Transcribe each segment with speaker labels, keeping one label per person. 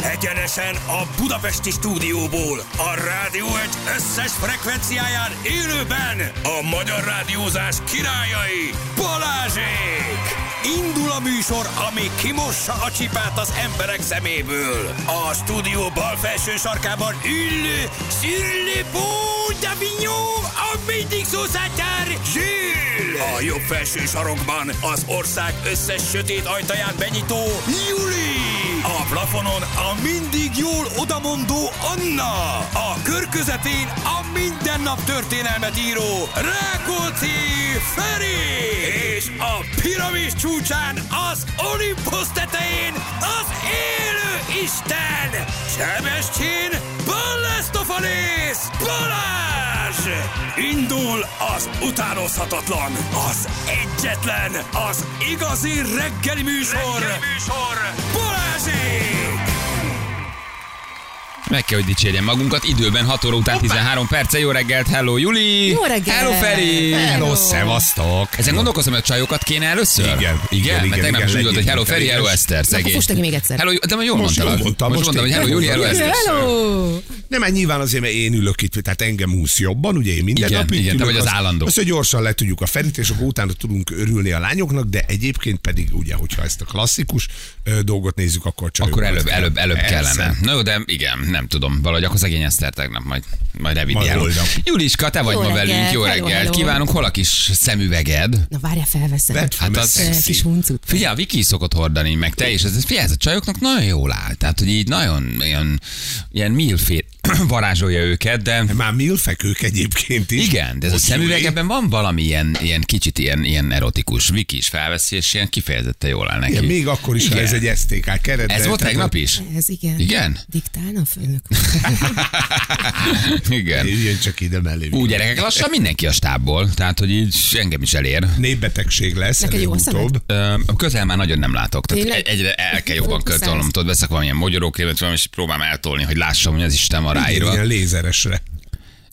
Speaker 1: Egyenesen a Budapesti stúdióból, a rádió egy összes frekvenciáján élőben a magyar rádiózás királyai Balázsék! Indul a műsor, ami kimossa a csipát az emberek szeméből. A stúdió bal felső sarkában ülő Szüllipó Davignon, a mindig szószátár Zsül! A jobb felső sarokban az ország összes sötét ajtaját benyitó Juli! A plafonon a mindig jól odamondó Anna. A kör közepén a mindennap történelmet író Rákóczi Feri. És a piramis csúcsán az Olympus tetején az élő Isten Sebestyén Ballesztofanész Balázs! Indul az utánozhatatlan, az egyetlen, az igazi reggeli műsor, reggeli műsor. Balázsék!
Speaker 2: Meg kell, hogy dicsérjen magunkat. Időben 6 óra után 13 perce. Jó reggelt, hello Juli!
Speaker 3: Jó reggelt!
Speaker 2: Hello Feri!
Speaker 3: Hello,
Speaker 4: szevasztok!
Speaker 2: Ezen gondolkozom, hogy a csajokat kéne először?
Speaker 4: Igen, igen,
Speaker 2: igen.
Speaker 4: igen,
Speaker 2: Mert tegnap
Speaker 4: igen,
Speaker 2: is úgy volt, hogy
Speaker 4: legyünk
Speaker 2: hello Feri, hello
Speaker 4: intelligens.
Speaker 2: Eszter,
Speaker 3: Na,
Speaker 2: szegény.
Speaker 3: Most neki még egyszer.
Speaker 2: Hello, de jól
Speaker 4: Most jól
Speaker 2: mondtam.
Speaker 4: mondtam,
Speaker 2: Most
Speaker 4: most
Speaker 2: mondtam, hogy hello Juli, hello
Speaker 4: tényleg.
Speaker 2: Eszter.
Speaker 3: Hello!
Speaker 4: Nem, mert nyilván azért, mert én ülök itt, tehát engem húsz jobban, ugye én minden
Speaker 2: Igen,
Speaker 4: nap itt
Speaker 2: igen, te
Speaker 4: ülök,
Speaker 2: vagy az állandó.
Speaker 4: Az, hogy gyorsan letudjuk a Ferit, és akkor utána tudunk örülni a lányoknak, de egyébként pedig ugye, hogyha ezt a klasszikus ö, dolgot nézzük, akkor csak...
Speaker 2: Akkor előbb, előbb, előbb
Speaker 4: Persze.
Speaker 2: kellene. Na jó, de igen, nem tudom. Valahogy akkor szegény Eszter tegnap majd, majd revidiálom.
Speaker 4: oldom.
Speaker 2: Juliska, te vagy
Speaker 3: Jó
Speaker 2: ma
Speaker 3: reggelt,
Speaker 2: velünk. Jó
Speaker 3: hello,
Speaker 2: reggelt.
Speaker 3: hello.
Speaker 2: Kívánunk, hol a kis szemüveged?
Speaker 3: Na várjál, felveszem.
Speaker 4: Vedd fel,
Speaker 2: Hát
Speaker 4: mert
Speaker 2: az-
Speaker 3: Ezt a
Speaker 4: szexi.
Speaker 3: kis huncut.
Speaker 2: Figyelj, a Viki szokott hordani, meg te is. Ez, ez, figyelj, ez a csajoknak nagyon jól áll. Tehát, hogy így nagyon ilyen, ilyen milfét varázsolja őket, de
Speaker 4: Már milfek ők egyébként is.
Speaker 2: igen, de ez a
Speaker 4: Hogy
Speaker 2: szemüveg,
Speaker 4: Juli?
Speaker 2: ebben van valami ilyen, ilyen kicsit ilyen, ilyen erotikus. Viki is felveszi, és ilyen kifejezetten jól áll neki.
Speaker 4: Igen, még akkor is, ha
Speaker 2: Igen.
Speaker 4: ez egy STK keret.
Speaker 2: Ez
Speaker 4: de-
Speaker 2: volt
Speaker 4: tehát-
Speaker 2: tegnap is?
Speaker 3: Ez igen.
Speaker 2: Igen?
Speaker 3: Diktálna a főnök.
Speaker 4: Hát,
Speaker 2: Igen.
Speaker 4: Jöjjön csak ide mellé.
Speaker 2: Úgy gyerekek, lassan mindenki a stábból, tehát hogy így engem is elér.
Speaker 4: Népbetegség lesz
Speaker 3: Neked jó a
Speaker 4: előbb-utóbb.
Speaker 3: szemed?
Speaker 2: Ö, Közel már nagyon nem látok. Tehát
Speaker 3: Tényleg?
Speaker 2: egy- egyre el kell jobban
Speaker 3: Fókuszálsz.
Speaker 2: kötölnöm. Tudod, veszek valamilyen magyarókrémet, valami, és próbálom eltolni, hogy lássam, hogy az Isten van ráírva.
Speaker 4: Ilyen lézeresre.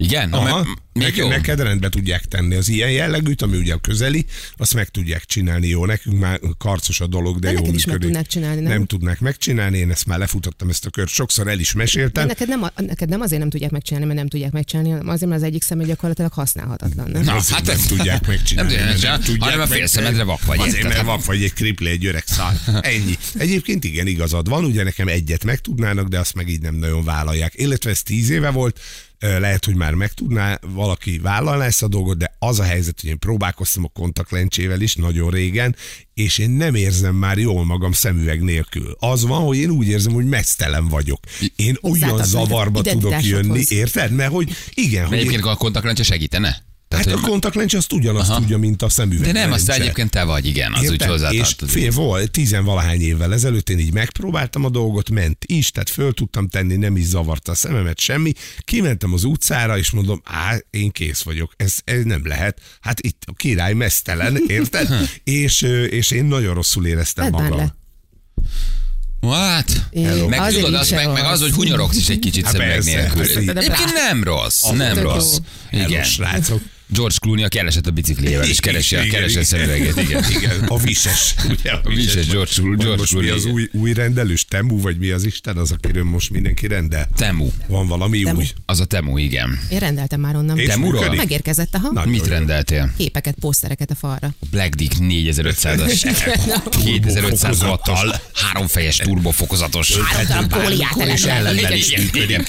Speaker 2: Igen? Na,
Speaker 4: Aha,
Speaker 2: mert még
Speaker 4: neked,
Speaker 2: jó?
Speaker 4: neked rendbe tudják tenni az ilyen jellegűt, ami ugye a közeli, azt meg tudják csinálni jó. Nekünk már karcos a dolog, de,
Speaker 3: De
Speaker 4: jó
Speaker 3: neked is meg
Speaker 4: működik.
Speaker 3: tudnák csinálni, nem?
Speaker 4: nem? tudnák megcsinálni, én ezt már lefutottam ezt a kört, sokszor el is meséltem.
Speaker 3: Neked nem, a- neked nem azért nem tudják megcsinálni, mert nem tudják megcsinálni, hanem azért, mert az egyik szeme gyakorlatilag használhatatlan. Nem?
Speaker 2: Na,
Speaker 4: Azért
Speaker 2: hát
Speaker 4: nem
Speaker 2: ezt-
Speaker 4: tudják megcsinálni.
Speaker 2: nem tudják
Speaker 4: mert
Speaker 2: megcsinálni, hanem a
Speaker 4: meg-
Speaker 2: félszemedre vak vagy.
Speaker 4: Azért,
Speaker 2: Érted?
Speaker 4: mert vak vagy egy kripli, egy öreg szár. Ennyi. Egyébként igen, igazad van, ugye nekem egyet meg tudnának, de azt meg így nem nagyon vállalják. Illetve ez tíz éve volt, ö, lehet, hogy már meg tudná valaki vállalná ezt a dolgot, de az a helyzet, hogy én próbálkoztam a kontaktlencsével is nagyon régen, és én nem érzem már jól magam szemüveg nélkül. Az van, hogy én úgy érzem, hogy mesztelen vagyok. Én olyan
Speaker 3: Hozzátartozik az
Speaker 4: zavarba tudok
Speaker 3: identitásodhoz.
Speaker 4: jönni, érted? Mert hogy igen, hogy én
Speaker 2: Egyébként a kontaktlencse segítene? Tehát,
Speaker 4: Hát
Speaker 2: hogy-
Speaker 4: a kontaktlencs azt ugyanazt
Speaker 2: Aha.
Speaker 4: tudja, mint a szemüveg.
Speaker 2: de nem, azt
Speaker 4: lencse.
Speaker 2: egyébként te vagy, igen, az úgy
Speaker 4: Érted? És
Speaker 2: hozzátartozik.
Speaker 4: fél volt, tizenvalahány évvel ezelőtt én így megpróbáltam a dolgot, ment is, tehát föl tudtam tenni, nem is zavarta a szememet semmi. Kimentem az utcára, és mondom, á, én kész vagyok, ez, ez nem lehet. Hát itt a király mesztelen, érted? és, ö, és én nagyon rosszul éreztem
Speaker 3: Hát már
Speaker 4: magam.
Speaker 3: le.
Speaker 2: What?
Speaker 3: Hello.
Speaker 2: Meg
Speaker 3: Azért
Speaker 2: tudod,
Speaker 3: így
Speaker 2: az,
Speaker 3: se
Speaker 2: meg, meg az,
Speaker 3: rossz.
Speaker 2: hogy hunyorogsz is egy kicsit
Speaker 4: Hát
Speaker 2: szemüveg
Speaker 4: persze,
Speaker 2: nélkül.
Speaker 4: hát így-
Speaker 2: Egyébként nem rossz, nem
Speaker 3: tök jó.
Speaker 2: rossz.
Speaker 4: Hello,
Speaker 2: Igen.
Speaker 4: srácok.
Speaker 2: George Clooney a keresett a bicikliével, és keresi a,
Speaker 4: Igen,
Speaker 2: keresi a
Speaker 4: igen.
Speaker 2: szemüveget, igen.
Speaker 4: Igen, a vises. Ugye,
Speaker 2: A vises George Clooney.
Speaker 4: Vagy
Speaker 2: George
Speaker 4: most mi az
Speaker 2: Clooney.
Speaker 4: új, új rendelős? Temu, vagy mi az Isten az, akiről most mindenki rendel?
Speaker 2: Temu.
Speaker 4: Van valami
Speaker 3: Temu.
Speaker 4: új?
Speaker 2: Az a Temu, igen.
Speaker 3: Én rendeltem már onnan.
Speaker 4: És
Speaker 2: Te muról?
Speaker 4: működik?
Speaker 3: Megérkezett, aha.
Speaker 4: Na,
Speaker 2: Mit rendeltél?
Speaker 3: Képeket, pószereket a falra.
Speaker 2: Black Dick 4500-as, 2506-tal, háromfejes turbofokozatos,
Speaker 3: darab kóliát
Speaker 2: Akkor is
Speaker 3: elrendeltem.
Speaker 2: ellenben
Speaker 3: Igen.
Speaker 2: is eh, működik.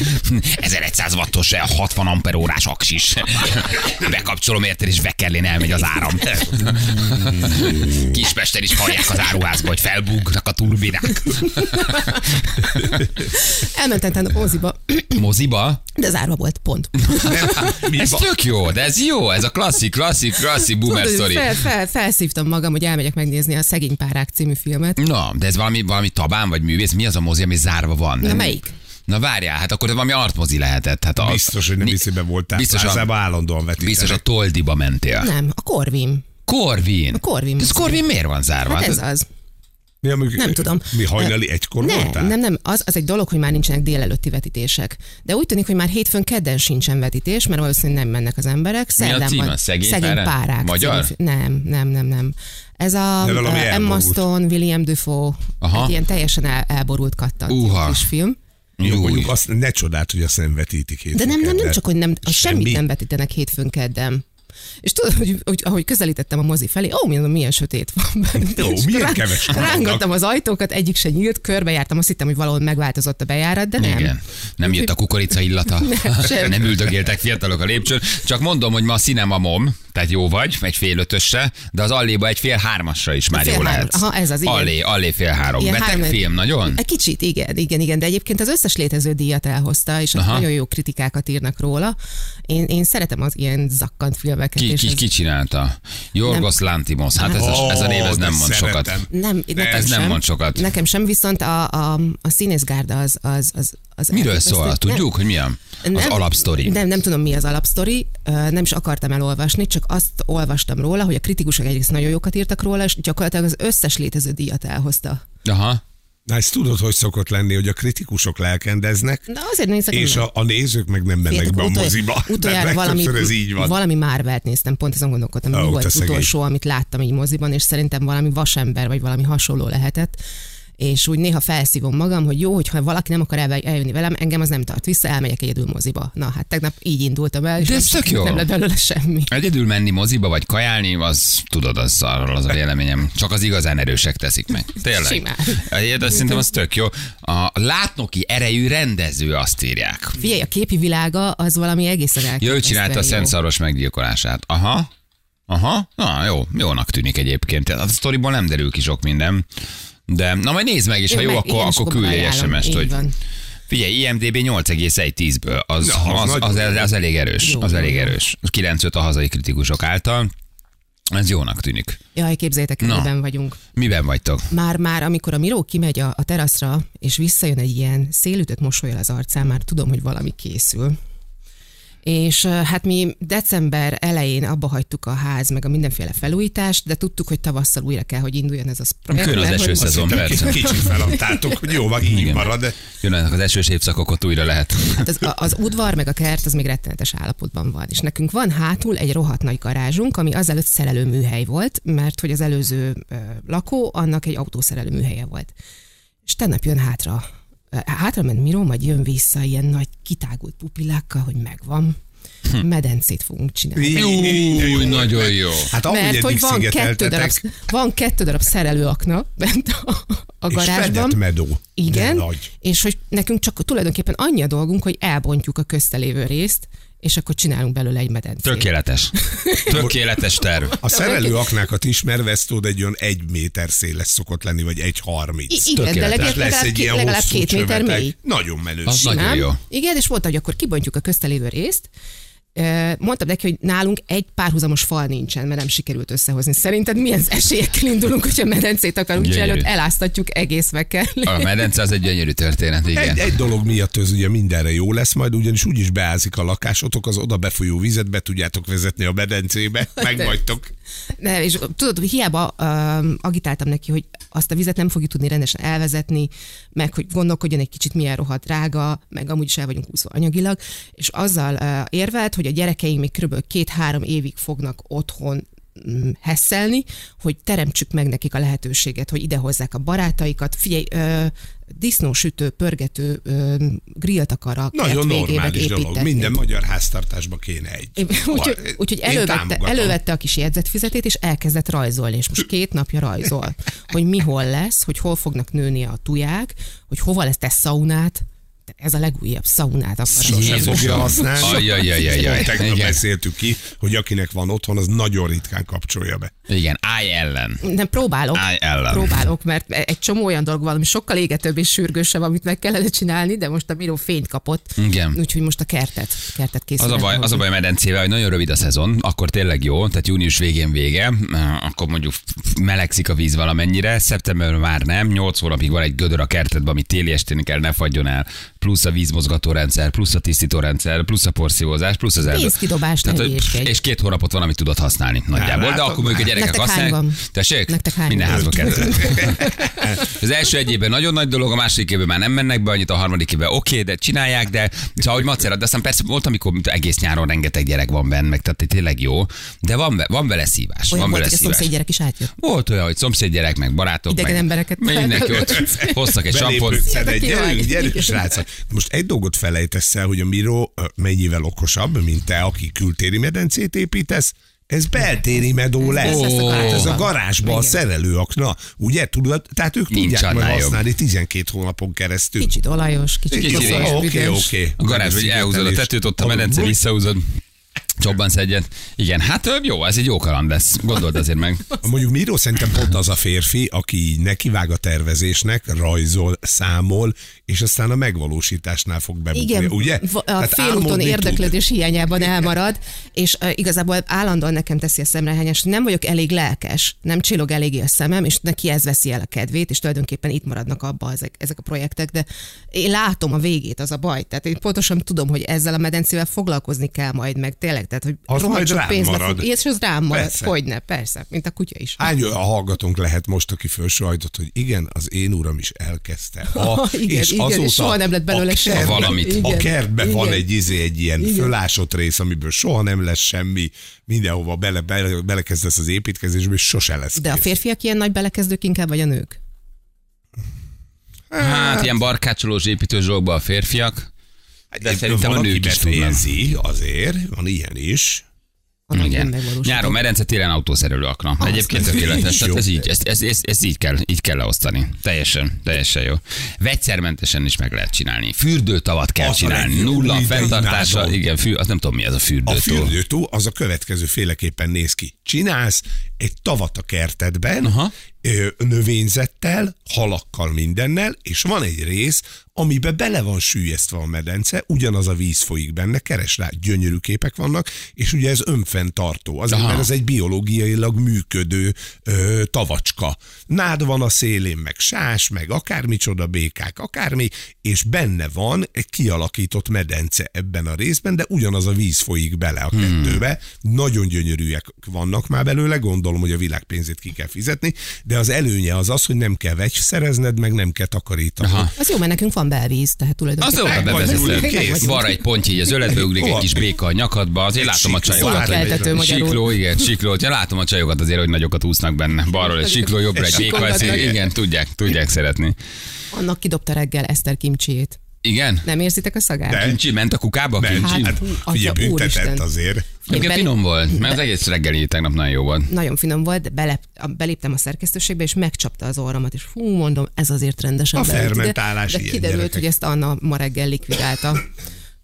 Speaker 2: 1100 wattos, 60 amperórás aksis. Bekapcsolom érted, és vekerlén elmegy az áram. Kismester is hallják az áruházba, hogy felbúgnak a turbinák.
Speaker 3: Elmentem tehát a moziba,
Speaker 2: Moziba?
Speaker 3: de zárva volt, pont.
Speaker 2: Ez tök jó, de ez jó, ez a klasszik, klasszik, klasszik boomer
Speaker 3: Tudod,
Speaker 2: story.
Speaker 3: fel, fel, felszívtam magam, hogy elmegyek megnézni a Szegény Párák című filmet.
Speaker 2: Na, de ez valami, valami tabán vagy művész? Mi az a mozi, ami zárva van?
Speaker 3: Na melyik?
Speaker 2: Na várjál, hát akkor ez valami artmozi lehetett. Hát a,
Speaker 4: Biztos, hogy nem
Speaker 2: mi-
Speaker 4: hiszébe voltál.
Speaker 2: Biztos
Speaker 4: Lázában
Speaker 2: a,
Speaker 4: állandóan vetítenek.
Speaker 2: biztos a Toldiba mentél.
Speaker 3: Nem, a Korvin.
Speaker 2: Korvin.
Speaker 3: A Corvin
Speaker 2: Ez
Speaker 3: mozi.
Speaker 2: Korvin miért van zárva? Hát
Speaker 3: Hát ez az.
Speaker 4: Mi, amikor,
Speaker 3: Nem tudom.
Speaker 4: Mi hajnali egykor
Speaker 3: nem,
Speaker 4: voltál?
Speaker 3: Nem, nem, az, az egy dolog, hogy már nincsenek délelőtti vetítések. De úgy tűnik, hogy már hétfőn kedden sincsen vetítés, mert valószínűleg nem mennek az emberek.
Speaker 2: Mi a
Speaker 3: Szerdán
Speaker 2: címe?
Speaker 3: van-
Speaker 2: Szegény
Speaker 3: szegény
Speaker 2: párák?
Speaker 3: párák.
Speaker 2: Magyar?
Speaker 3: Szegény- nem, nem, nem, nem. Ez a
Speaker 4: De valami
Speaker 3: eh, Emma
Speaker 4: elborult.
Speaker 3: Stone, William Dafoe,
Speaker 2: Aha.
Speaker 3: Aha. egy ilyen teljesen el, elborult kattant
Speaker 2: Uha.
Speaker 3: kis film.
Speaker 4: Jó,
Speaker 2: Jó,
Speaker 4: mondjuk azt ne csodált, hogy azt nem vetítik
Speaker 3: De nem,
Speaker 4: hétfőn.
Speaker 3: nem, nem
Speaker 4: kedden.
Speaker 3: csak, hogy nem, a
Speaker 4: Semmi?
Speaker 3: semmit nem vetítenek hétfőn kedden. És tudod, hogy, hogy ahogy közelítettem a mozi felé, ó, mondom, milyen sötét van benne.
Speaker 4: Ó,
Speaker 3: És
Speaker 4: milyen
Speaker 3: rá-
Speaker 4: kevesen vannak.
Speaker 3: Rángattam az ajtókat, egyik se nyílt, körbejártam, azt hittem, hogy valahol megváltozott a bejárat, de nem.
Speaker 2: Igen. Nem jött a kukorica illata.
Speaker 3: semmi.
Speaker 2: nem üldögéltek fiatalok a lépcsőn. Csak mondom, hogy ma a színem a mom, tehát jó vagy, egy fél ötösre, de az alléba egy fél hármasra is már
Speaker 3: Fél
Speaker 2: jó
Speaker 3: három.
Speaker 2: lehet.
Speaker 3: Aha, ez az, igen.
Speaker 2: Allé, allé fél három.
Speaker 3: Ilyen
Speaker 2: Beteg
Speaker 3: három-
Speaker 2: film, nagyon?
Speaker 3: Egy E kicsit, igen, igen, igen, de egyébként az összes létező díjat elhozta, és
Speaker 2: Aha.
Speaker 3: nagyon jó kritikákat írnak róla. Én, én szeretem az ilyen zakkant filmeket.
Speaker 2: Ki,
Speaker 3: és
Speaker 2: ki,
Speaker 3: ez-
Speaker 2: ki csinálta? Jorgos Lantimos. Hát ez a, ez a név, ez
Speaker 4: Ó, de
Speaker 2: nem mond
Speaker 4: szeretem.
Speaker 2: sokat.
Speaker 3: Nem, nekem
Speaker 2: ez nem
Speaker 3: sem.
Speaker 2: mond sokat.
Speaker 3: Nekem sem, viszont a, a, a színészgárda az... az, az, az
Speaker 2: Miről
Speaker 3: elképesztő.
Speaker 2: szól?
Speaker 3: Nem-
Speaker 2: Tudjuk, hogy mi a- az alapsztori?
Speaker 3: Nem, nem tudom, mi az alapsztori, ö, nem is akartam elolvasni, csak azt olvastam róla, hogy a kritikusok egyrészt nagyon jókat írtak róla, és gyakorlatilag az összes létező díjat elhozta.
Speaker 2: Aha.
Speaker 4: Na, ezt tudod, hogy szokott lenni, hogy a kritikusok lelkendeznek,
Speaker 3: Na azért nézek
Speaker 4: és
Speaker 3: nem.
Speaker 4: a, a nézők meg nem mennek
Speaker 3: Fiatal,
Speaker 4: be a
Speaker 3: utolj-
Speaker 4: moziba.
Speaker 3: Utoljára
Speaker 4: Tehát
Speaker 3: valami,
Speaker 4: legtöbbször ez így van.
Speaker 3: valami Marvelt néztem, pont ezen gondolkodtam, hogy
Speaker 4: Ó,
Speaker 3: mi
Speaker 4: te
Speaker 3: volt az
Speaker 4: szegény.
Speaker 3: utolsó, amit láttam így moziban, és szerintem valami vasember, vagy valami hasonló lehetett. És úgy néha felszívom magam, hogy jó, hogyha valaki nem akar elve- eljönni velem, engem az nem tart vissza, elmegyek egyedül moziba. Na hát tegnap így indultam el, és
Speaker 2: De
Speaker 3: nem,
Speaker 2: ez tök jó.
Speaker 3: nem lett belőle semmi.
Speaker 2: Egyedül menni moziba vagy kajálni, az tudod, az arról az a véleményem. Csak az igazán erősek teszik meg. Tényleg.
Speaker 3: Simán.
Speaker 2: Egyébként azt szerintem az tök jó. A látnoki erejű rendező azt írják.
Speaker 3: Figyelj, a képi világa az valami egészen
Speaker 2: Ja,
Speaker 3: elképesztően
Speaker 2: ő csinálta a
Speaker 3: jó.
Speaker 2: Szent Szaros meggyilkolását. Aha. Aha, na jó, jónak tűnik egyébként. A sztoriból nem derül ki sok minden. De, na majd nézd meg, és
Speaker 3: Én
Speaker 2: ha jó,
Speaker 3: meg-
Speaker 2: akkor,
Speaker 3: igen, és
Speaker 2: akkor
Speaker 3: akkor
Speaker 2: küldj egy
Speaker 3: ajánlom.
Speaker 2: SMS-t,
Speaker 3: Így
Speaker 2: hogy
Speaker 3: van.
Speaker 2: Figyelj, IMDB 8,1-10-ből, az,
Speaker 4: Na, az
Speaker 2: az, az,
Speaker 4: nagyon
Speaker 2: az,
Speaker 4: jó.
Speaker 2: az, elég erős,
Speaker 3: Jó,
Speaker 2: az
Speaker 3: jó,
Speaker 2: elég
Speaker 3: jó.
Speaker 2: erős. 9 a hazai kritikusok által. Ez jónak tűnik.
Speaker 3: Jaj, képzeljétek,
Speaker 2: Na.
Speaker 3: ebben vagyunk.
Speaker 2: Miben vagytok?
Speaker 3: Már-már, amikor a Miró kimegy a, a teraszra, és visszajön egy ilyen szélütött mosolyal az arcán, már tudom, hogy valami készül. És eh, hát mi december elején abba hagytuk a ház, meg a mindenféle felújítást, de tudtuk, hogy tavasszal újra kell, hogy induljon ez a projekt.
Speaker 2: Külön az
Speaker 3: mert
Speaker 2: eső
Speaker 3: hogy-
Speaker 2: szezon, persze.
Speaker 4: Kicsit feladtátok, hogy jó, van, így
Speaker 2: Igen.
Speaker 4: marad, de
Speaker 2: Jönnek az esős évszakok, ott újra lehet.
Speaker 3: Hát az, a- az udvar meg a kert az még rettenetes állapotban van. És nekünk van hátul egy rohadt nagy garázsunk, ami azelőtt szerelőműhely volt, mert hogy az előző ö, lakó, annak egy autószerelőműhelye volt. És tegnap jön hátra. Ö, Hátra ment Miró, majd jön vissza ilyen nagy kitágult pupillákkal, hogy megvan.
Speaker 4: Hm.
Speaker 3: Medencét fogunk csinálni.
Speaker 2: Új, nagyon jó.
Speaker 4: hát ahogy
Speaker 3: Mert
Speaker 4: eddig
Speaker 3: hogy van kettő, darab,
Speaker 4: szigeteltetek,
Speaker 3: van kettő darab szerelőakna bent a, a
Speaker 4: és
Speaker 3: garázsban.
Speaker 4: fedett medó.
Speaker 3: Igen,
Speaker 4: De nagy.
Speaker 3: és hogy nekünk csak tulajdonképpen annyi a dolgunk, hogy elbontjuk a köztelévő részt, és akkor csinálunk belőle egy medencét.
Speaker 2: Tökéletes. Tökéletes terv.
Speaker 4: A szerelő aknákat ismerve, ezt tudod, egy olyan egy méter széles szokott lenni, vagy egy harminc.
Speaker 3: I- igen, de
Speaker 2: Tökéletes.
Speaker 3: legalább,
Speaker 4: És lesz
Speaker 3: legalább,
Speaker 4: egy
Speaker 3: két,
Speaker 4: ilyen
Speaker 3: legalább
Speaker 4: hosszú
Speaker 3: két méter
Speaker 4: csövetek.
Speaker 3: mély.
Speaker 4: Nagyon menő.
Speaker 2: Az
Speaker 4: Simán.
Speaker 2: nagyon jó.
Speaker 3: Igen, és volt, hogy akkor kibontjuk a köztelévő részt, Ö, Mondtam neki, hogy nálunk egy párhuzamos fal nincsen, mert nem sikerült összehozni. Szerinted milyen esélyekkel indulunk, hogyha medencét akarunk
Speaker 2: Gyönyörű.
Speaker 3: csinálni, ott eláztatjuk egész meg kell.
Speaker 2: A medence az egy gyönyörű történet, igen.
Speaker 4: Egy, egy dolog miatt ez ugye mindenre jó lesz, majd ugyanis úgy is beázik a lakásotok, az oda befolyó vizet be tudjátok vezetni a medencébe,
Speaker 3: Hát
Speaker 4: megvagytok.
Speaker 3: Ne, és tudod, hiába um, agitáltam neki, hogy azt a vizet nem fogjuk tudni rendesen elvezetni, meg hogy gondolkodjon egy kicsit milyen rohadt drága, meg amúgy is el vagyunk úszva anyagilag, és azzal uh, érvelt, hogy a gyerekeink még kb. két-három évig fognak otthon mm, hesszelni, hogy teremtsük meg nekik a lehetőséget, hogy idehozzák a barátaikat. Figyelj, ö, disznósütő, pörgető, ö, grillt akar a kert
Speaker 4: Nagyon
Speaker 3: végébe
Speaker 4: normális dolog.
Speaker 3: építetni.
Speaker 4: Minden magyar háztartásba kéne egy.
Speaker 3: Én- Úgyhogy
Speaker 4: Har-
Speaker 3: úgy,
Speaker 4: Én
Speaker 3: elővette,
Speaker 4: támogatom.
Speaker 3: elővette a kis jegyzetfizetét, és elkezdett rajzolni, és most két napja rajzol, hogy mi hol lesz, hogy hol fognak nőni a tuják, hogy hova lesz te szaunát, De ez a legújabb szaunát akar.
Speaker 4: Sose fogja használni.
Speaker 2: Ajajajajaj.
Speaker 4: Tegnap
Speaker 2: Igen.
Speaker 4: beszéltük ki, hogy akinek van otthon, az nagyon ritkán kapcsolja be.
Speaker 2: Igen, állj ellen.
Speaker 3: Nem, próbálok.
Speaker 2: Állj ellen.
Speaker 3: Próbálok, mert egy csomó olyan dolog van, ami sokkal égetőbb és sürgősebb, amit meg kellene csinálni, de most a Miró fényt kapott.
Speaker 2: Igen.
Speaker 3: Úgyhogy most a kertet, kertet
Speaker 2: Az
Speaker 3: készítem.
Speaker 2: a, baj, az a baj a medencével, hogy nagyon rövid a szezon, akkor tényleg jó, tehát június végén vége, eh, akkor mondjuk melegszik a víz valamennyire, szeptemberben már nem, 8 hónapig van egy gödör a kertedben, ami téli esténk el, ne fagyjon el, plusz a vízmozgató rendszer, plusz a tisztító rendszer, plusz a porszívózás, plusz az erdő.
Speaker 3: Pénzkidobás, ne
Speaker 2: Tehát,
Speaker 3: hülyéskedj.
Speaker 2: és két hónapot van, amit tudod használni nagyjából, de
Speaker 4: látod
Speaker 2: akkor mondjuk a
Speaker 4: már.
Speaker 2: gyerekek
Speaker 3: Nektek hány
Speaker 2: használják.
Speaker 3: van?
Speaker 2: Tessék?
Speaker 3: Nektek hány
Speaker 2: Minden
Speaker 3: van?
Speaker 2: házban kettő. Az első egy évben nagyon nagy dolog, a második évben már nem mennek be annyit, a harmadik évben oké, de csinálják, de szóval, hogy macera, de aztán persze volt, amikor mint egész nyáron rengeteg gyerek van benne, meg tehát tényleg jó, de van, ve- van vele szívás.
Speaker 3: Olyan
Speaker 2: van
Speaker 3: volt,
Speaker 2: vele
Speaker 3: hogy a
Speaker 2: szívás.
Speaker 3: szomszéd gyerek is átjött.
Speaker 2: Volt olyan, hogy szomszédgyerek, meg barátok,
Speaker 3: Idegen
Speaker 2: meg
Speaker 3: embereket
Speaker 2: mindenki ott
Speaker 3: felvett.
Speaker 2: hoztak egy
Speaker 4: Belépők
Speaker 2: sampont.
Speaker 4: szedett.
Speaker 3: Szia,
Speaker 4: Gyerünk,
Speaker 3: Király.
Speaker 4: gyerünk, srácok. Most egy dolgot felejtesz el, hogy a Miro ö, mennyivel okosabb, mint te, aki kültéri medencét építesz, ez beltéri medó lesz.
Speaker 3: lesz
Speaker 2: a
Speaker 4: Hát ez a
Speaker 3: garázsban.
Speaker 4: garázsban a
Speaker 3: Igen.
Speaker 4: szerelőakna, ugye? Tudod? Tehát ők
Speaker 2: Nincs
Speaker 4: tudják
Speaker 2: annál
Speaker 4: meg
Speaker 2: jobb.
Speaker 4: használni 12 hónapon keresztül.
Speaker 3: Kicsit olajos, kicsit
Speaker 2: Kicsit
Speaker 3: koszos,
Speaker 2: olajos,
Speaker 4: Oké, oké.
Speaker 3: büdös.
Speaker 2: A garázs, hogy elhúzod a tetőt, ott a medence visszahúzod. Csobbansz egyet. Igen, hát ö, jó, ez egy jó kaland lesz. Gondold azért meg.
Speaker 4: Mondjuk Miro szerintem pont az a férfi, aki így nekivág a tervezésnek, rajzol, számol, és aztán a megvalósításnál fog bebukni,
Speaker 3: Igen,
Speaker 4: ugye?
Speaker 3: va- a
Speaker 4: Tehát
Speaker 3: félúton
Speaker 4: álmodni tud.
Speaker 3: érdeklődés hiányában elmarad, és uh, igazából állandóan nekem teszi a szemrehányást, hogy nem vagyok elég lelkes, nem csillog eléggé a szemem, és neki ez veszi el a kedvét, és tulajdonképpen itt maradnak abba ezek, ezek a projektek, de én látom a végét, az a baj. Tehát én pontosan tudom, hogy ezzel a medencével foglalkozni kell majd, meg tényleg, tehát hogy
Speaker 4: Az
Speaker 3: rohadt
Speaker 4: majd
Speaker 3: sok
Speaker 4: rám
Speaker 3: pénzbe
Speaker 4: marad.
Speaker 3: Fog, és az rám marad,
Speaker 4: Persze. Hát,
Speaker 3: persze. hogyne, persze, mint a kutya is.
Speaker 4: Hány a hallgatónk lehet most, aki felsajtott, hogy igen, az én uram is elkezdte. A,
Speaker 3: Igen, igen, és soha nem lett belőle
Speaker 4: a
Speaker 3: semmi.
Speaker 4: kertben-
Speaker 2: Valamit.
Speaker 4: A
Speaker 3: Igen,
Speaker 4: kertben van
Speaker 3: igen.
Speaker 4: egy izé, egy ilyen
Speaker 3: Igen.
Speaker 4: fölásott rész, amiből soha nem lesz semmi, mindenhova bele, bele, belekezdesz az építkezésbe, és sose lesz
Speaker 3: De a
Speaker 4: kész.
Speaker 3: férfiak ilyen nagy belekezdők inkább, vagy a nők?
Speaker 2: Hát ilyen barkácsolós építős dolgokban a férfiak.
Speaker 4: Hát
Speaker 2: de szerintem a
Speaker 4: Van, aki
Speaker 2: nők is
Speaker 4: befejezi, azért, van ilyen is.
Speaker 3: Annak nem
Speaker 2: Igen.
Speaker 3: megvalósítható.
Speaker 2: Nyáron medence, télen autószerelő akna. Egyébként
Speaker 4: ez
Speaker 2: tökéletes.
Speaker 4: így
Speaker 2: Tehát
Speaker 4: jó.
Speaker 2: ez így, ez, ez, ez, ez, így, kell, így kell leosztani. Teljesen, teljesen jó. Vegyszermentesen is meg lehet csinálni. Fürdőtavat kell
Speaker 4: Az a
Speaker 2: csinálni.
Speaker 4: legjobb
Speaker 2: Nulla
Speaker 4: minden
Speaker 2: fenntartása.
Speaker 4: imádom.
Speaker 2: Igen, fű, azt nem tudom mi az a
Speaker 4: A
Speaker 2: fürdőtó.
Speaker 4: fürdőtó az a következő féleképpen néz ki. Csinálsz egy tavat a kertedben,
Speaker 2: Aha.
Speaker 4: ö, növényzettel, halakkal, mindennel, és van egy rész, amibe bele van sűjesztve a medence, ugyanaz a víz folyik benne, keres rá, gyönyörű képek vannak, és ugye ez önfenntartó, azért,
Speaker 2: Aha.
Speaker 4: mert ez egy biológiailag működő ö, tavacska. Nád van a szélén, meg sás, meg akármicsoda békák, akármi, és benne van egy kialakított medence ebben a részben, de ugyanaz a víz folyik bele a
Speaker 2: Hmm.
Speaker 4: kettőbe. Nagyon gyönyörűek vannak már belőle, gondolom, hogy a világpénzét ki kell fizetni, de az előnye az az, hogy nem kell vegyszerezned, meg nem kell takarítani.
Speaker 2: Aha.
Speaker 3: Az jó, mert nekünk van belvíz, tehát
Speaker 2: Az
Speaker 3: tulajdonképpen.
Speaker 2: jó, ha
Speaker 4: Meg vagy
Speaker 2: bevezetem.
Speaker 4: Juli, kész.
Speaker 2: Van egy pontja, így az öletbe ugrik egy kis béka a nyakadba, azért
Speaker 4: Egy
Speaker 2: látom a
Speaker 4: sikló.
Speaker 2: csajokat. hogy-
Speaker 3: Feltető magyarul.
Speaker 2: Sikló, igen, sikló. Ja, látom a csajokat azért, hogy nagyokat úsznak benne. Balról egy sikló, jobbra egy béka.
Speaker 3: siklókat
Speaker 2: ez-
Speaker 3: nagy-
Speaker 2: Igen, tudják, tudják szeretni.
Speaker 3: Annak kidobta reggel Eszter kimcsiét.
Speaker 2: Igen?
Speaker 3: Nem érzitek a szagát?
Speaker 4: De.
Speaker 2: Kincsi ment a kukába?
Speaker 4: Ment.
Speaker 2: Kincsi?
Speaker 4: Hát,
Speaker 3: Hú, atya,
Speaker 4: ugye büntetett
Speaker 3: úristen.
Speaker 4: azért.
Speaker 2: Igen,
Speaker 3: Bele-
Speaker 2: finom volt, mert az egész reggeli tegnap nagyon jó volt.
Speaker 3: Nagyon finom volt, de bele, a- beléptem a szerkesztőségbe, és megcsapta az orromat, és hú, mondom, ez azért rendesen
Speaker 4: A
Speaker 3: beüt, de-
Speaker 4: fermentálás
Speaker 3: De,
Speaker 4: ilyen,
Speaker 3: kiderült,
Speaker 4: gyerekek.
Speaker 3: hogy ezt Anna ma reggel likvidálta.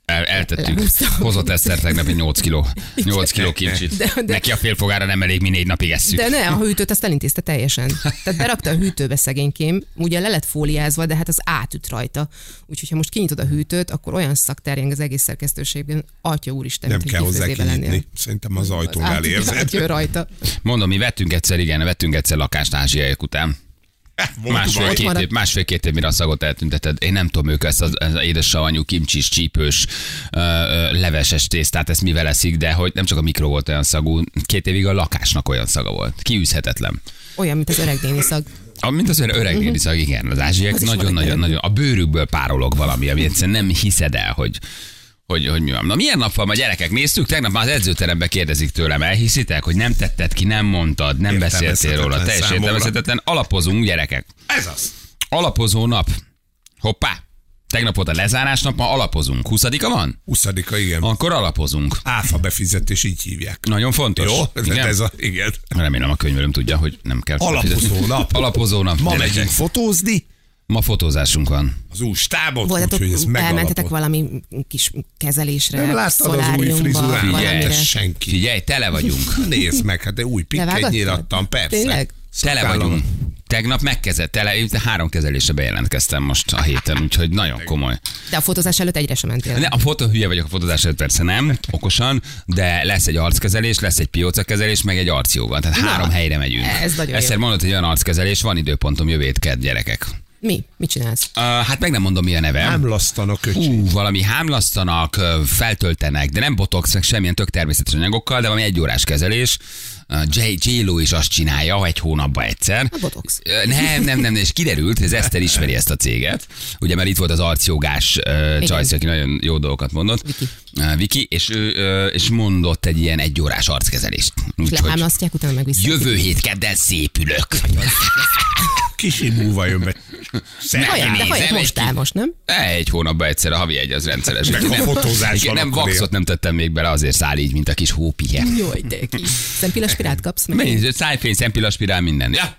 Speaker 2: El, eltettük.
Speaker 3: Lehúztam.
Speaker 2: Hozott Eszter tegnap egy 8 kiló. 8 kiló kincsit.
Speaker 3: De- de-
Speaker 2: Neki a félfogára nem elég, mi négy napig esszük.
Speaker 3: De ne, a hűtőt azt elintézte teljesen. Tehát berakta a hűtőbe szegénykém, ugye le lett fóliázva, de hát az átüt rajta. Úgyhogy ha most kinyitod a hűtőt, akkor olyan szakterjeng az egész szerkesztőségben, atya úristen,
Speaker 4: Nem
Speaker 3: mint
Speaker 4: kell
Speaker 3: egy
Speaker 4: hozzá
Speaker 3: kifőzébe lennél.
Speaker 4: kinyitni. Szerintem az
Speaker 3: Az
Speaker 4: ajtónál
Speaker 3: átüt-
Speaker 4: érzed.
Speaker 3: átjön rajta.
Speaker 2: Mondom, mi vettünk egyszer, igen, vettünk egyszer lakást ázsiaiak után.
Speaker 4: baj.
Speaker 2: Másfél-két
Speaker 3: Marad-
Speaker 2: év, másfél-két év, mire a szagot eltünteted. Én nem tudom, ők ezt az, az édesavanyú kimcsis, csípős, ö, ö, leveses tésztát, ezt mivel eszik, de hogy nem csak a mikro volt olyan szagú, két évig a lakásnak olyan szaga volt. Kiűzhetetlen.
Speaker 3: Olyan, mint az öreg néni szag.
Speaker 2: A, mint az öreg
Speaker 4: Mhm.
Speaker 2: uh-huh. néni szag, igen, az ázsiek
Speaker 3: Az is van egy
Speaker 2: nagyon-nagyon,
Speaker 3: öreg.
Speaker 2: nagyon, a bőrükből párolog valami, ami egyszerűen nem hiszed el, hogy hogy, hogy mi van. Na milyen nap van ma gyerekek? Néztük, tegnap már az edzőterembe kérdezik tőlem, elhiszitek, hogy nem tetted ki, nem mondtad, nem beszéltél róla.
Speaker 4: Értelmezhetetlen
Speaker 2: Teljesen
Speaker 4: számomra.
Speaker 2: értelmezhetetlen. Alapozunk gyerekek.
Speaker 4: Ez az.
Speaker 2: Alapozó nap. Hoppá! Tegnap volt a lezárás nap, ma alapozunk. 20 van?
Speaker 4: 20 igen.
Speaker 2: Akkor alapozunk.
Speaker 4: Áfa befizetés, így hívják.
Speaker 2: Nagyon fontos.
Speaker 4: Jó?
Speaker 2: Igen?
Speaker 4: Igen. Ez a, igen.
Speaker 2: Remélem a könyvelőm tudja, hogy nem kell
Speaker 4: Alapozó
Speaker 2: fizetni.
Speaker 4: nap.
Speaker 2: Alapozó nap.
Speaker 4: Ma
Speaker 2: gyerekek.
Speaker 4: megyünk fotózni,
Speaker 2: Ma fotózásunk van.
Speaker 4: az új stábot,
Speaker 3: Voltatok,
Speaker 4: úgyhogy ez
Speaker 3: elmentetek
Speaker 4: megalapot.
Speaker 3: valami kis kezelésre,
Speaker 4: Nem láttad az új
Speaker 3: szoláriumba,
Speaker 4: frizurámat?
Speaker 3: valamire.
Speaker 4: Ez
Speaker 2: Figyelj.
Speaker 4: senki.
Speaker 2: Figyelj, tele vagyunk.
Speaker 4: Nézd meg, hát egy új pikket
Speaker 3: Levágattad?
Speaker 4: nyilattam, persze.
Speaker 3: Tényleg?
Speaker 2: Tele
Speaker 4: Szakállam.
Speaker 2: vagyunk. Tegnap megkezdett, tele, én három kezelésre bejelentkeztem most a héten, úgyhogy nagyon komoly.
Speaker 3: De a fotózás előtt egyre sem mentél.
Speaker 2: Ne, a fotó hülye vagyok a fotózás előtt, persze nem, okosan, de lesz egy arckezelés, lesz egy piócakezelés, meg egy arció van. Tehát három helyre megyünk.
Speaker 3: ez nagyon jó.
Speaker 2: Egyszer mondod, hogy olyan arckezelés, van időpontom jövő hét kedd, gyerekek.
Speaker 3: Mi? Mit csinálsz?
Speaker 2: Uh, hát meg nem mondom, mi a neve.
Speaker 4: Ámlasztanak, öcsi.
Speaker 2: Hú, valami hámlasztanak, ö, feltöltenek, de nem botox, meg semmilyen tök természetes anyagokkal, de valami egy órás kezelés. Ö, J. J. Lo is azt csinálja, ha egy hónapban egyszer.
Speaker 3: A botox.
Speaker 2: Ö, Nem, nem, nem, és kiderült, hogy az Eszter ismeri ezt a céget. Ugye, mert itt volt az arcjogás ö, csajsz, aki nagyon jó dolgokat mondott.
Speaker 3: Viki.
Speaker 2: Ö, Viki, és ő ö, és mondott egy ilyen egy órás arckezelést. Úgyhogy
Speaker 3: Lehámlasztják, utána meg vissza.
Speaker 2: jövő hét kedden szépülök.
Speaker 4: Kicsi múlva jön be.
Speaker 3: Haját, de
Speaker 2: nézem, és
Speaker 3: haját most áll most, nem?
Speaker 2: Egy hónapban egyszer a havi egy az rendszeres.
Speaker 4: Meg a
Speaker 2: Nem-
Speaker 4: fotózás
Speaker 2: Igen,
Speaker 4: van
Speaker 2: nem
Speaker 4: akkor
Speaker 2: vaxot
Speaker 4: ilyen.
Speaker 2: nem tettem még bele, azért száll így, mint a kis hópihe.
Speaker 3: Jaj, de ki. Szempillaspirát kapsz meg.
Speaker 2: Mennyi, szájfény, szempillaspirál, minden. Ja.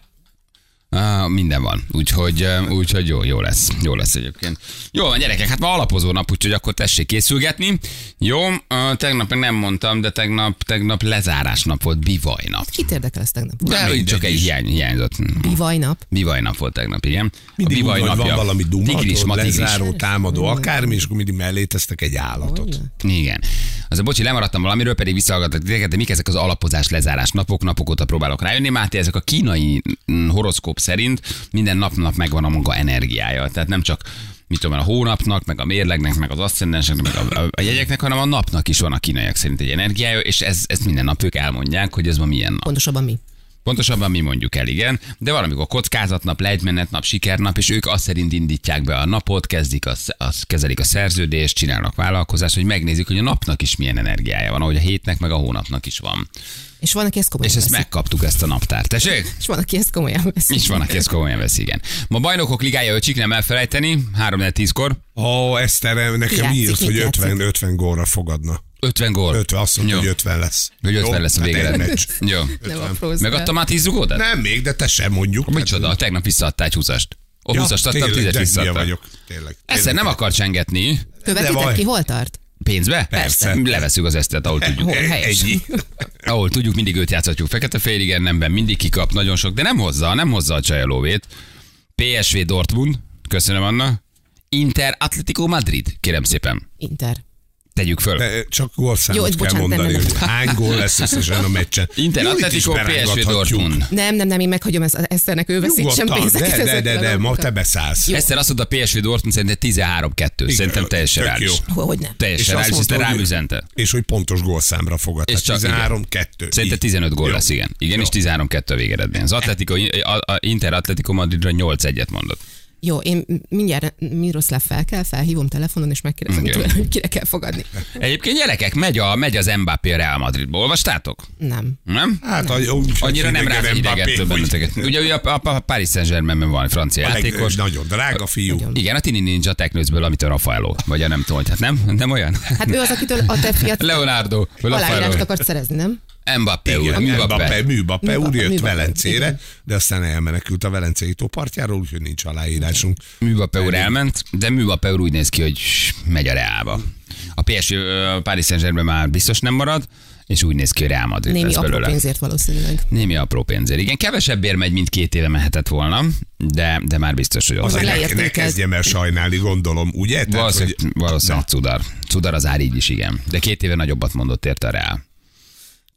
Speaker 2: Ah, minden van, úgyhogy, ö, úgyhogy jó, jó lesz. Jó lesz egyébként. Jó van, gyerekek, hát ma alapozó nap, úgyhogy akkor tessék készülgetni. Jó, ö, tegnap meg nem mondtam, de tegnap, tegnap lezárás nap volt, bivajnap.
Speaker 3: Kit érdekel ez tegnap?
Speaker 2: De úgy csak egy hiány, hiányzott.
Speaker 3: Bivajnap.
Speaker 2: Bivajnap volt tegnap, igen.
Speaker 4: Mindig úgy,
Speaker 2: bivajnapja-
Speaker 4: hogy van valami
Speaker 2: Tigris, ma
Speaker 4: dumatod,
Speaker 2: tigris.
Speaker 4: lezáró, támadó, akármi, és akkor mindig mellé tesztek egy állatot.
Speaker 2: Igen. Az a bocsi, lemaradtam valamiről, pedig visszahallgatok titeket, de mik ezek az alapozás, lezárás napok, napok óta próbálok rájönni. Máté, ezek a kínai mm, horoszkóp szerint minden napnak megvan a maga energiája. Tehát nem csak mit tudom, én, a hónapnak, meg a mérlegnek, meg az aszcendenseknek, meg a, a, a jegyeknek, hanem a napnak is van a kínaiak szerint egy energiája, és ez, ezt minden nap ők elmondják, hogy ez ma milyen nap.
Speaker 3: Pontosabban mi?
Speaker 2: Pontosabban mi mondjuk el, igen, de valamikor kockázatnap, lejtmenetnap, sikernap, és ők azt szerint indítják be a napot, kezdik a, a, kezelik a szerződést, csinálnak vállalkozást, hogy megnézik, hogy a napnak is milyen energiája van, ahogy a hétnek, meg a hónapnak is van.
Speaker 3: És van, aki ezt komolyan
Speaker 2: És ezt
Speaker 3: veszi.
Speaker 2: megkaptuk, ezt a naptárt. Tessék?
Speaker 3: És van, aki ezt komolyan veszi.
Speaker 2: Is van, aki ezt komolyan vesz, igen. Ma bajnokok ligája öcsik, nem elfelejteni, 3 10 kor
Speaker 4: Ó, Eszter,
Speaker 3: Ki
Speaker 4: nekem
Speaker 3: játszik,
Speaker 4: írt,
Speaker 3: mit
Speaker 4: hogy
Speaker 3: játszik?
Speaker 4: 50, 50 gólra fogadna.
Speaker 2: 50 gól.
Speaker 4: 50, azt mondta,
Speaker 2: Jó.
Speaker 4: hogy 50 lesz.
Speaker 2: Hogy 50
Speaker 4: Jó?
Speaker 2: lesz a
Speaker 4: Hát egy
Speaker 2: végeredmény.
Speaker 4: meccs.
Speaker 2: Jó.
Speaker 3: Nem apróz.
Speaker 2: Megadta már 10 rugódat?
Speaker 4: Nem még, de te sem mondjuk.
Speaker 2: Micsoda, tegnap visszaadtál egy 20-ast. A 20-ast adtam,
Speaker 4: tényleg,
Speaker 2: 10-et
Speaker 4: de hülye
Speaker 2: visszaadtam.
Speaker 4: vagyok. Tényleg.
Speaker 2: Eszer nem akar csengetni.
Speaker 4: De
Speaker 3: Követitek
Speaker 4: vaj.
Speaker 3: ki, hol tart?
Speaker 2: Pénzbe?
Speaker 4: Persze.
Speaker 2: Leveszünk az esztet, ahol tudjuk.
Speaker 3: Hol? Helyes.
Speaker 4: Ennyi.
Speaker 2: Ahol tudjuk, mindig őt játszhatjuk. Fekete fél igen, nemben mindig kikap nagyon sok, de nem hozza, nem hozza a csaj a lóvét. PSV Dortmund, köszönöm Anna. Inter Atletico Madrid, kérem szépen.
Speaker 3: Inter.
Speaker 2: Tegyük föl.
Speaker 4: De csak gólszámot
Speaker 3: Jó,
Speaker 4: kell
Speaker 3: bocsánat, nem,
Speaker 4: mondani,
Speaker 3: nem,
Speaker 4: hogy
Speaker 3: nem.
Speaker 4: hány gól lesz összesen a meccsen.
Speaker 2: Inter
Speaker 4: Jó, itt is
Speaker 2: Atletico PSV
Speaker 4: berángathatjuk.
Speaker 2: Dortmund.
Speaker 3: Nem, nem, nem, én meghagyom ezt Eszternek, ő veszítsen
Speaker 4: Nyugodtan,
Speaker 3: pénzeket.
Speaker 4: de, de, de,
Speaker 3: ezekből
Speaker 4: de,
Speaker 3: a
Speaker 4: ma
Speaker 3: dolgokkal.
Speaker 4: te beszállsz.
Speaker 2: Egyszer azt mondta a PSV Dortmund szerintem 13-2. Szerintem teljesen
Speaker 4: tök
Speaker 2: rális.
Speaker 4: jó.
Speaker 3: Hol- Hogy nem?
Speaker 4: És
Speaker 2: Teljesen
Speaker 4: azt
Speaker 2: rális,
Speaker 4: mondta,
Speaker 2: aztán rám
Speaker 4: hogy-
Speaker 2: üzente.
Speaker 4: És hogy pontos gólszámra fogad.
Speaker 2: És
Speaker 4: És
Speaker 2: csak
Speaker 4: csak
Speaker 2: igen.
Speaker 4: 13-2.
Speaker 2: Szerintem
Speaker 4: Így.
Speaker 2: 15 gól
Speaker 4: Jó.
Speaker 2: lesz, igen. Igen, és 13-2 a végeredmény. Az Atletico, a- a Inter Atletico Madridra 8-1-et mondott.
Speaker 3: Jó, én mindjárt Miroszláv fel kell, felhívom telefonon, és megkérdezem
Speaker 2: Igen.
Speaker 3: tőle, hogy kire kell fogadni.
Speaker 2: Egyébként gyerekek, megy, a, megy az Mbappé a Real Madridba. Olvastátok?
Speaker 3: Nem.
Speaker 2: Nem?
Speaker 4: Hát, a- úgy,
Speaker 2: Annyira
Speaker 4: hogy
Speaker 2: nem
Speaker 4: idegen
Speaker 2: ráz
Speaker 4: Mbappé,
Speaker 2: ideget több
Speaker 4: hogy-
Speaker 2: benneteket. Ugye ő a, a, a Paris saint germainben van, francia
Speaker 4: A leg-
Speaker 2: játékos.
Speaker 4: Nagyon drága fiú.
Speaker 3: Nagyon.
Speaker 2: Igen, a Tini Ninja Technőzből, amit a Raffaello, vagy a nem tudom, hogy- hát nem? Nem olyan?
Speaker 3: Hát ő az, akitől a te fiat
Speaker 2: Leonardo, vagy
Speaker 3: aláírást
Speaker 2: Raffaello.
Speaker 3: akart szerezni, nem?
Speaker 2: Mbappé úr,
Speaker 4: Igen, Mbappé,
Speaker 2: Mbappé.
Speaker 4: Mbappé úr jött
Speaker 3: Mbappé,
Speaker 4: Velencére,
Speaker 3: igen.
Speaker 4: de aztán elmenekült a Velencei tópartjáról, úgyhogy nincs aláírásunk.
Speaker 2: Mbappé úr elment, de Mbappé úr úgy néz ki, hogy megy a Reálba. A PSG ö, Paris Saint-Germain már biztos nem marad, és úgy néz ki, hogy Real Madrid
Speaker 3: Némi
Speaker 2: lesz
Speaker 3: apró
Speaker 2: belőle.
Speaker 3: pénzért valószínűleg.
Speaker 2: Némi apró pénzért. Igen, kevesebbért megy, mint két éve mehetett volna, de, de már biztos, hogy ott
Speaker 4: Azért ne,
Speaker 3: leértékelt.
Speaker 4: ne kezdjem el sajnálni, gondolom, ugye? Tehát,
Speaker 2: Valószínűleg,
Speaker 4: hogy-
Speaker 2: valószínűleg Cudar. Cudar az ár így is, igen. De két éve nagyobbat mondott érte a Real.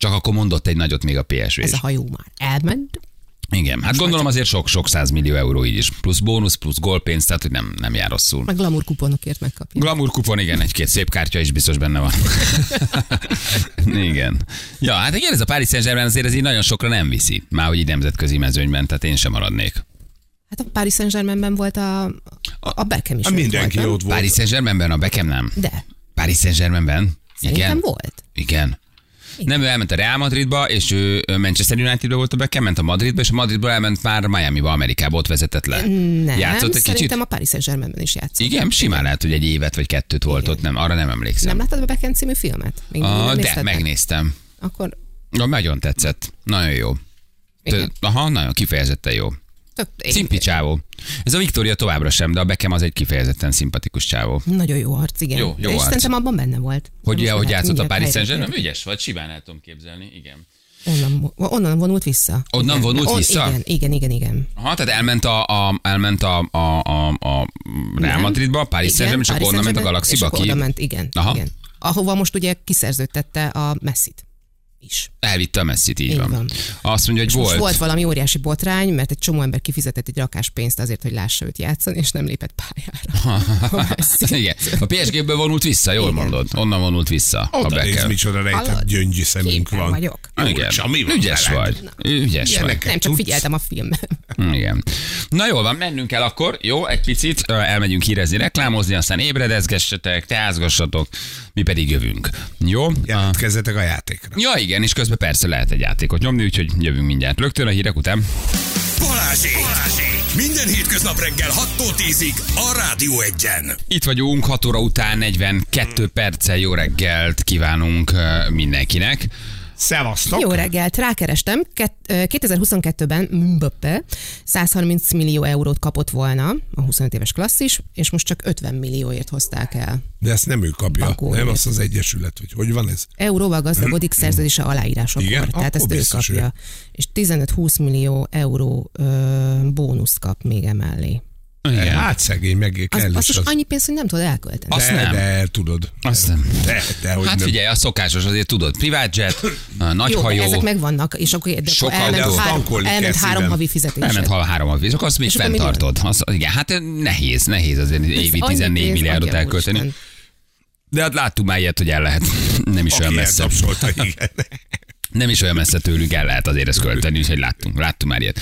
Speaker 2: Csak akkor mondott egy nagyot még a PSV
Speaker 3: Ez
Speaker 2: is.
Speaker 3: a hajó már elment.
Speaker 2: Igen, hát gondolom azért sok-sok százmillió euró így is. Plusz bónusz, plusz gólpénz, tehát hogy nem, nem jár rosszul.
Speaker 3: Meg glamour kuponokért megkapja.
Speaker 2: Glamour kupon, igen, egy-két szép kártya is biztos benne van. igen. Ja, hát igen, ez a Paris Saint-Germain azért ez így nagyon sokra nem viszi. Már hogy így nemzetközi mezőnyben, tehát én sem maradnék.
Speaker 3: Hát a Paris Saint-Germainben volt a, a Beckham is.
Speaker 4: Hát
Speaker 3: ott
Speaker 4: mindenki
Speaker 3: volt, nem?
Speaker 4: ott volt.
Speaker 2: Paris Saint-Germainben a Beckham nem?
Speaker 3: De,
Speaker 2: Paris Saint-Germainben?
Speaker 3: szerintem
Speaker 2: Igen.
Speaker 3: volt.
Speaker 2: Igen. Nem, ő elment a Real Madridba, és ő ő Manchester Unitedbe volt a Beckham, ment a Madridba, és a Madridba elment már Miami-ba, Amerikába, ott vezetett le.
Speaker 3: Nem,
Speaker 2: Játszott egy
Speaker 3: szerintem
Speaker 2: kicsit?
Speaker 3: a Paris Saint-Germainben is játszott.
Speaker 2: Igen, simán lehet, hogy egy évet vagy kettőt volt
Speaker 3: Igen.
Speaker 2: ott, nem, arra nem emlékszem.
Speaker 3: Nem láttad a Beckham című filmet? Még
Speaker 2: Ah,
Speaker 3: nem
Speaker 2: de
Speaker 3: nézted meg?
Speaker 2: megnéztem.
Speaker 3: Akkor
Speaker 2: Na, nagyon tetszett. Nagyon jó. Tö-
Speaker 3: Igen.
Speaker 2: Aha, nagyon kifejezetten jó.
Speaker 3: tök, én,
Speaker 2: Szimpi csávó. Ez a Viktória továbbra sem, de a Beckham az egy kifejezetten szimpatikus csávó.
Speaker 3: nagyon jó arc, igen.
Speaker 2: Jó, jó
Speaker 3: és
Speaker 2: arc.
Speaker 3: szerintem abban benne volt.
Speaker 2: Hogy,
Speaker 3: Most
Speaker 2: hogy
Speaker 3: lehet
Speaker 2: játszott a
Speaker 3: mindjárt
Speaker 2: Paris
Speaker 3: helyre
Speaker 2: Saint-Germain? Ügyes vagy, simán el tudom képzelni, igen.
Speaker 3: térni. Onnan, onnan vonult vissza.
Speaker 2: Onnan
Speaker 3: Igen.
Speaker 2: vonult
Speaker 3: On-
Speaker 2: vissza?
Speaker 3: Igen, igen, igen. igen.
Speaker 2: Aha, tehát elment a, a, elment a, a, a, a Real
Speaker 3: Nem.
Speaker 2: Madridba, Paris
Speaker 3: Igen,
Speaker 2: Saint-Germain, és akkor
Speaker 3: Paris
Speaker 2: onnan ment a
Speaker 3: Saint-Germain,
Speaker 2: Galaxiba
Speaker 3: És akkor
Speaker 2: ki.
Speaker 3: oda ment, igen,
Speaker 2: Aha.
Speaker 3: igen. Ahova most ugye kiszerződtette a Messit. is.
Speaker 2: Elvitte a messzit, így,
Speaker 3: Így
Speaker 2: van.
Speaker 3: van.
Speaker 2: Azt mondja, hogy
Speaker 3: És volt.
Speaker 2: volt.
Speaker 3: volt valami óriási botrány, mert egy csomó ember kifizetett egy rakás pénzt azért, hogy lássa őt játszani, és nem lépett pályára. A Messi.
Speaker 2: Igen. A PSG-ből vonult vissza, jól
Speaker 3: Igen.
Speaker 2: mondod. Onnan vonult vissza. a
Speaker 4: Oda néz,
Speaker 2: Becker.
Speaker 4: micsoda rejtett
Speaker 3: Hallod?
Speaker 4: gyöngyű szemünk
Speaker 3: Képen
Speaker 4: van.
Speaker 3: vagyok.
Speaker 2: Igen.
Speaker 4: Csami, van
Speaker 2: Ügyes
Speaker 4: veled.
Speaker 2: vagy. Ügyes vagy.
Speaker 4: Ilyeneket
Speaker 3: Nem, csak
Speaker 4: tudsz?
Speaker 3: figyeltem a filmben.
Speaker 2: Igen. Na jól van, mennünk kell akkor, jó, egy picit, ö, elmegyünk hírezni, reklámozni, aztán ébredezgessetek, teázgassatok, mi pedig jövünk. Jó? Ja.
Speaker 4: Jelentkezzetek a játékra.
Speaker 2: ja, igen, és közben persze lehet egy játékot nyomni, úgyhogy jövünk mindjárt. Rögtön a hírek után.
Speaker 1: Balázsék! Balázsék! Minden hétköznap reggel 6-tól 10-ig a Rádió Egyen.
Speaker 2: Itt vagyunk, 6 óra után 42 perccel jó reggelt kívánunk ö, mindenkinek.
Speaker 4: Szevasztok!
Speaker 3: Jó reggelt, rákerestem. Ket- ö, 2022-ben Mbappé 130 millió eurót kapott volna, a 25 éves klasszis, és most csak 50 millióért hozták el.
Speaker 4: De ezt nem ő kapja,
Speaker 3: Bakó
Speaker 4: nem
Speaker 3: ér.
Speaker 4: az az egyesület, hogy hogy van ez?
Speaker 3: Euróval gazdagodik szerződése aláírásakor,
Speaker 4: Hm. Igen?
Speaker 3: tehát
Speaker 4: Akkor
Speaker 3: ezt ő
Speaker 4: biztos
Speaker 3: kapja.
Speaker 4: ő.
Speaker 3: És 15-20 millió euró ö, bónusz kap még emellé.
Speaker 2: Igen.
Speaker 4: Hát szegény, meg
Speaker 3: Az,
Speaker 4: kell
Speaker 3: az,
Speaker 4: is
Speaker 3: is
Speaker 4: az.
Speaker 3: annyi pénz, hogy nem tudod elkölteni.
Speaker 2: Azt
Speaker 4: De,
Speaker 2: nem.
Speaker 4: de tudod.
Speaker 2: Azt nem.
Speaker 4: De, de hogy
Speaker 2: Hát
Speaker 4: nem.
Speaker 2: figyelj, a szokásos, azért tudod, privátjet, nagy
Speaker 3: Jó,
Speaker 2: hajó,
Speaker 3: ezek megvannak, és akkor de
Speaker 2: Sok
Speaker 3: akkor elment,
Speaker 2: autó.
Speaker 3: három,
Speaker 4: Tankolni kell
Speaker 3: elment három
Speaker 4: szívem.
Speaker 3: havi fizetés.
Speaker 2: Elment ha három a víz, akkor azt még
Speaker 3: És akkor mi
Speaker 2: fenntartod. Azt, igen, hát nehéz, nehéz azért évi 14 milliárdot elkölteni. De hát láttuk már ilyet, hogy el lehet. Nem is olyan
Speaker 4: Aki
Speaker 2: messze.
Speaker 4: eltapsolta, igen.
Speaker 2: Nem is olyan messze tőlünk el lehet azért ezt költeni, úgyhogy láttunk, láttunk már ilyet.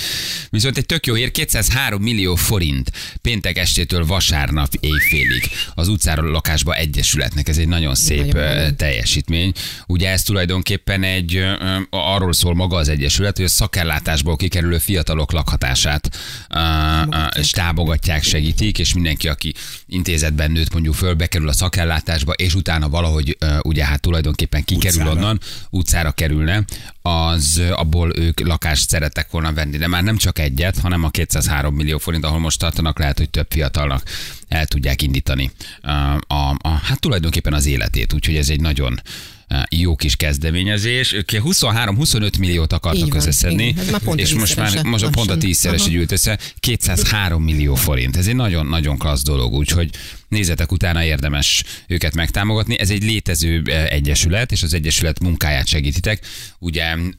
Speaker 2: Viszont egy tök jó ér, 203 millió forint péntek estétől vasárnap éjfélig az utcáról lakásba egyesületnek. Ez egy nagyon szép
Speaker 3: Nagyon
Speaker 2: nagyon
Speaker 3: menő.
Speaker 2: teljesítmény. Ugye ez tulajdonképpen egy, ö, ö, arról szól maga az egyesület, hogy a szakellátásból kikerülő fiatalok lakhatását ö, ö, és támogatják, segítik, és mindenki, aki intézetben nőtt mondjuk föl, bekerül a szakellátásba, és utána valahogy ö, ugye hát tulajdonképpen kikerül
Speaker 4: Utcára.
Speaker 2: onnan, utcára kerülne, az ö, abból ők lakást szerettek volna venni, de már nem csak egyet, hanem a 203 millió forint, ahol most tartanak, lehet, hogy több fiatalnak el tudják indítani ö, a, a, hát tulajdonképpen az életét, úgyhogy ez egy nagyon ö, jó kis kezdeményezés. Ők 23-25 milliót akartak
Speaker 3: Így van,
Speaker 2: összeszedni,
Speaker 3: igen, ez már pont
Speaker 2: és
Speaker 3: a
Speaker 2: most már
Speaker 3: tízszerese
Speaker 2: most a pont a
Speaker 3: lassan.
Speaker 2: tízszeres
Speaker 3: Aha.
Speaker 2: így gyűlt össze, 203 millió forint. Ez egy nagyon-nagyon klassz dolog, úgyhogy nézzetek utána, érdemes őket megtámogatni. Ez egy létező eh, egyesület, és az egyesület munkáját segítitek. Ugye um,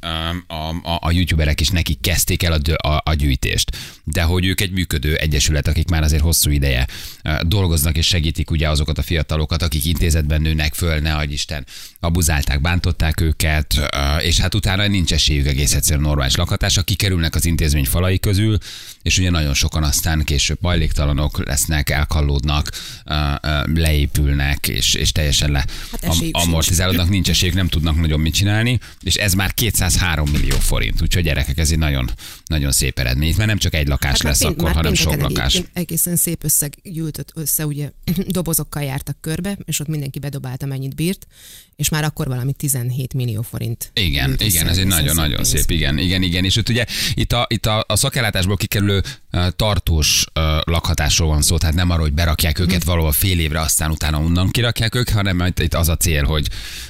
Speaker 2: a, a, a youtuberek is nekik kezdték el a, dö- a, a gyűjtést, de hogy ők egy működő egyesület, akik már azért hosszú ideje eh, dolgoznak és segítik ugye azokat a fiatalokat, akik intézetben nőnek föl, ne adj Isten, abuzálták, bántották őket, eh, és hát utána nincs esélyük egész egyszerűen normális lakhatásra, kikerülnek az intézmény falai közül, és ugye nagyon sokan aztán később hajléktalanok lesznek, elkallódnak, eh, eh, leépülnek, és, és teljesen le
Speaker 3: Hát
Speaker 2: am-
Speaker 3: esélyük sincs.
Speaker 2: amortizálódnak, nincs esélyük, nem tudnak nagyon mit csinálni, és ez már 203 millió forint, úgyhogy gyerekek, ez egy nagyon, nagyon szép eredmény. Itt már nem csak egy lakás
Speaker 3: Hát már
Speaker 2: lesz
Speaker 3: pént-
Speaker 2: akkor,
Speaker 3: már
Speaker 2: hanem sok
Speaker 3: pénteken
Speaker 2: lakás.
Speaker 3: egy- Egészen szép összeg gyűjtött össze, ugye dobozokkal jártak körbe, és ott mindenki bedobálta, mennyit bírt, és már akkor valami 17 millió forint.
Speaker 2: Igen,
Speaker 3: gyűjt
Speaker 2: igen,
Speaker 3: össze,
Speaker 2: ez egy
Speaker 3: egészen
Speaker 2: nagyon-nagyon
Speaker 3: pénz.
Speaker 2: szép, igen, igen, igen. És ott ugye itt a, itt a, a szakellátásból kikerülő ö, tartós ö, lakhatásról van szó, tehát nem arról, hogy berakják őket valahol fél évre, aztán utána onnan kirakják ők, hanem itt- itt az a cél, hogy,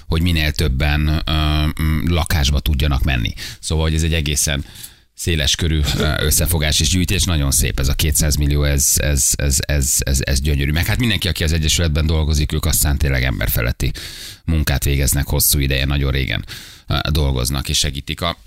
Speaker 2: hogy minél többen ö, m, lakásba tudjanak menni. Szóval, hogy ez egy egészen széles körű ö, összefogás és gyűjtés, nagyon szép ez a 200 millió, ez, ez, ez, ez, ez, ez gyönyörű. Meg hát mindenki, aki az Egyesületben dolgozik, ők aztán tényleg emberfeletti munkát végeznek hosszú ideje, nagyon régen ö, dolgoznak és segítik a,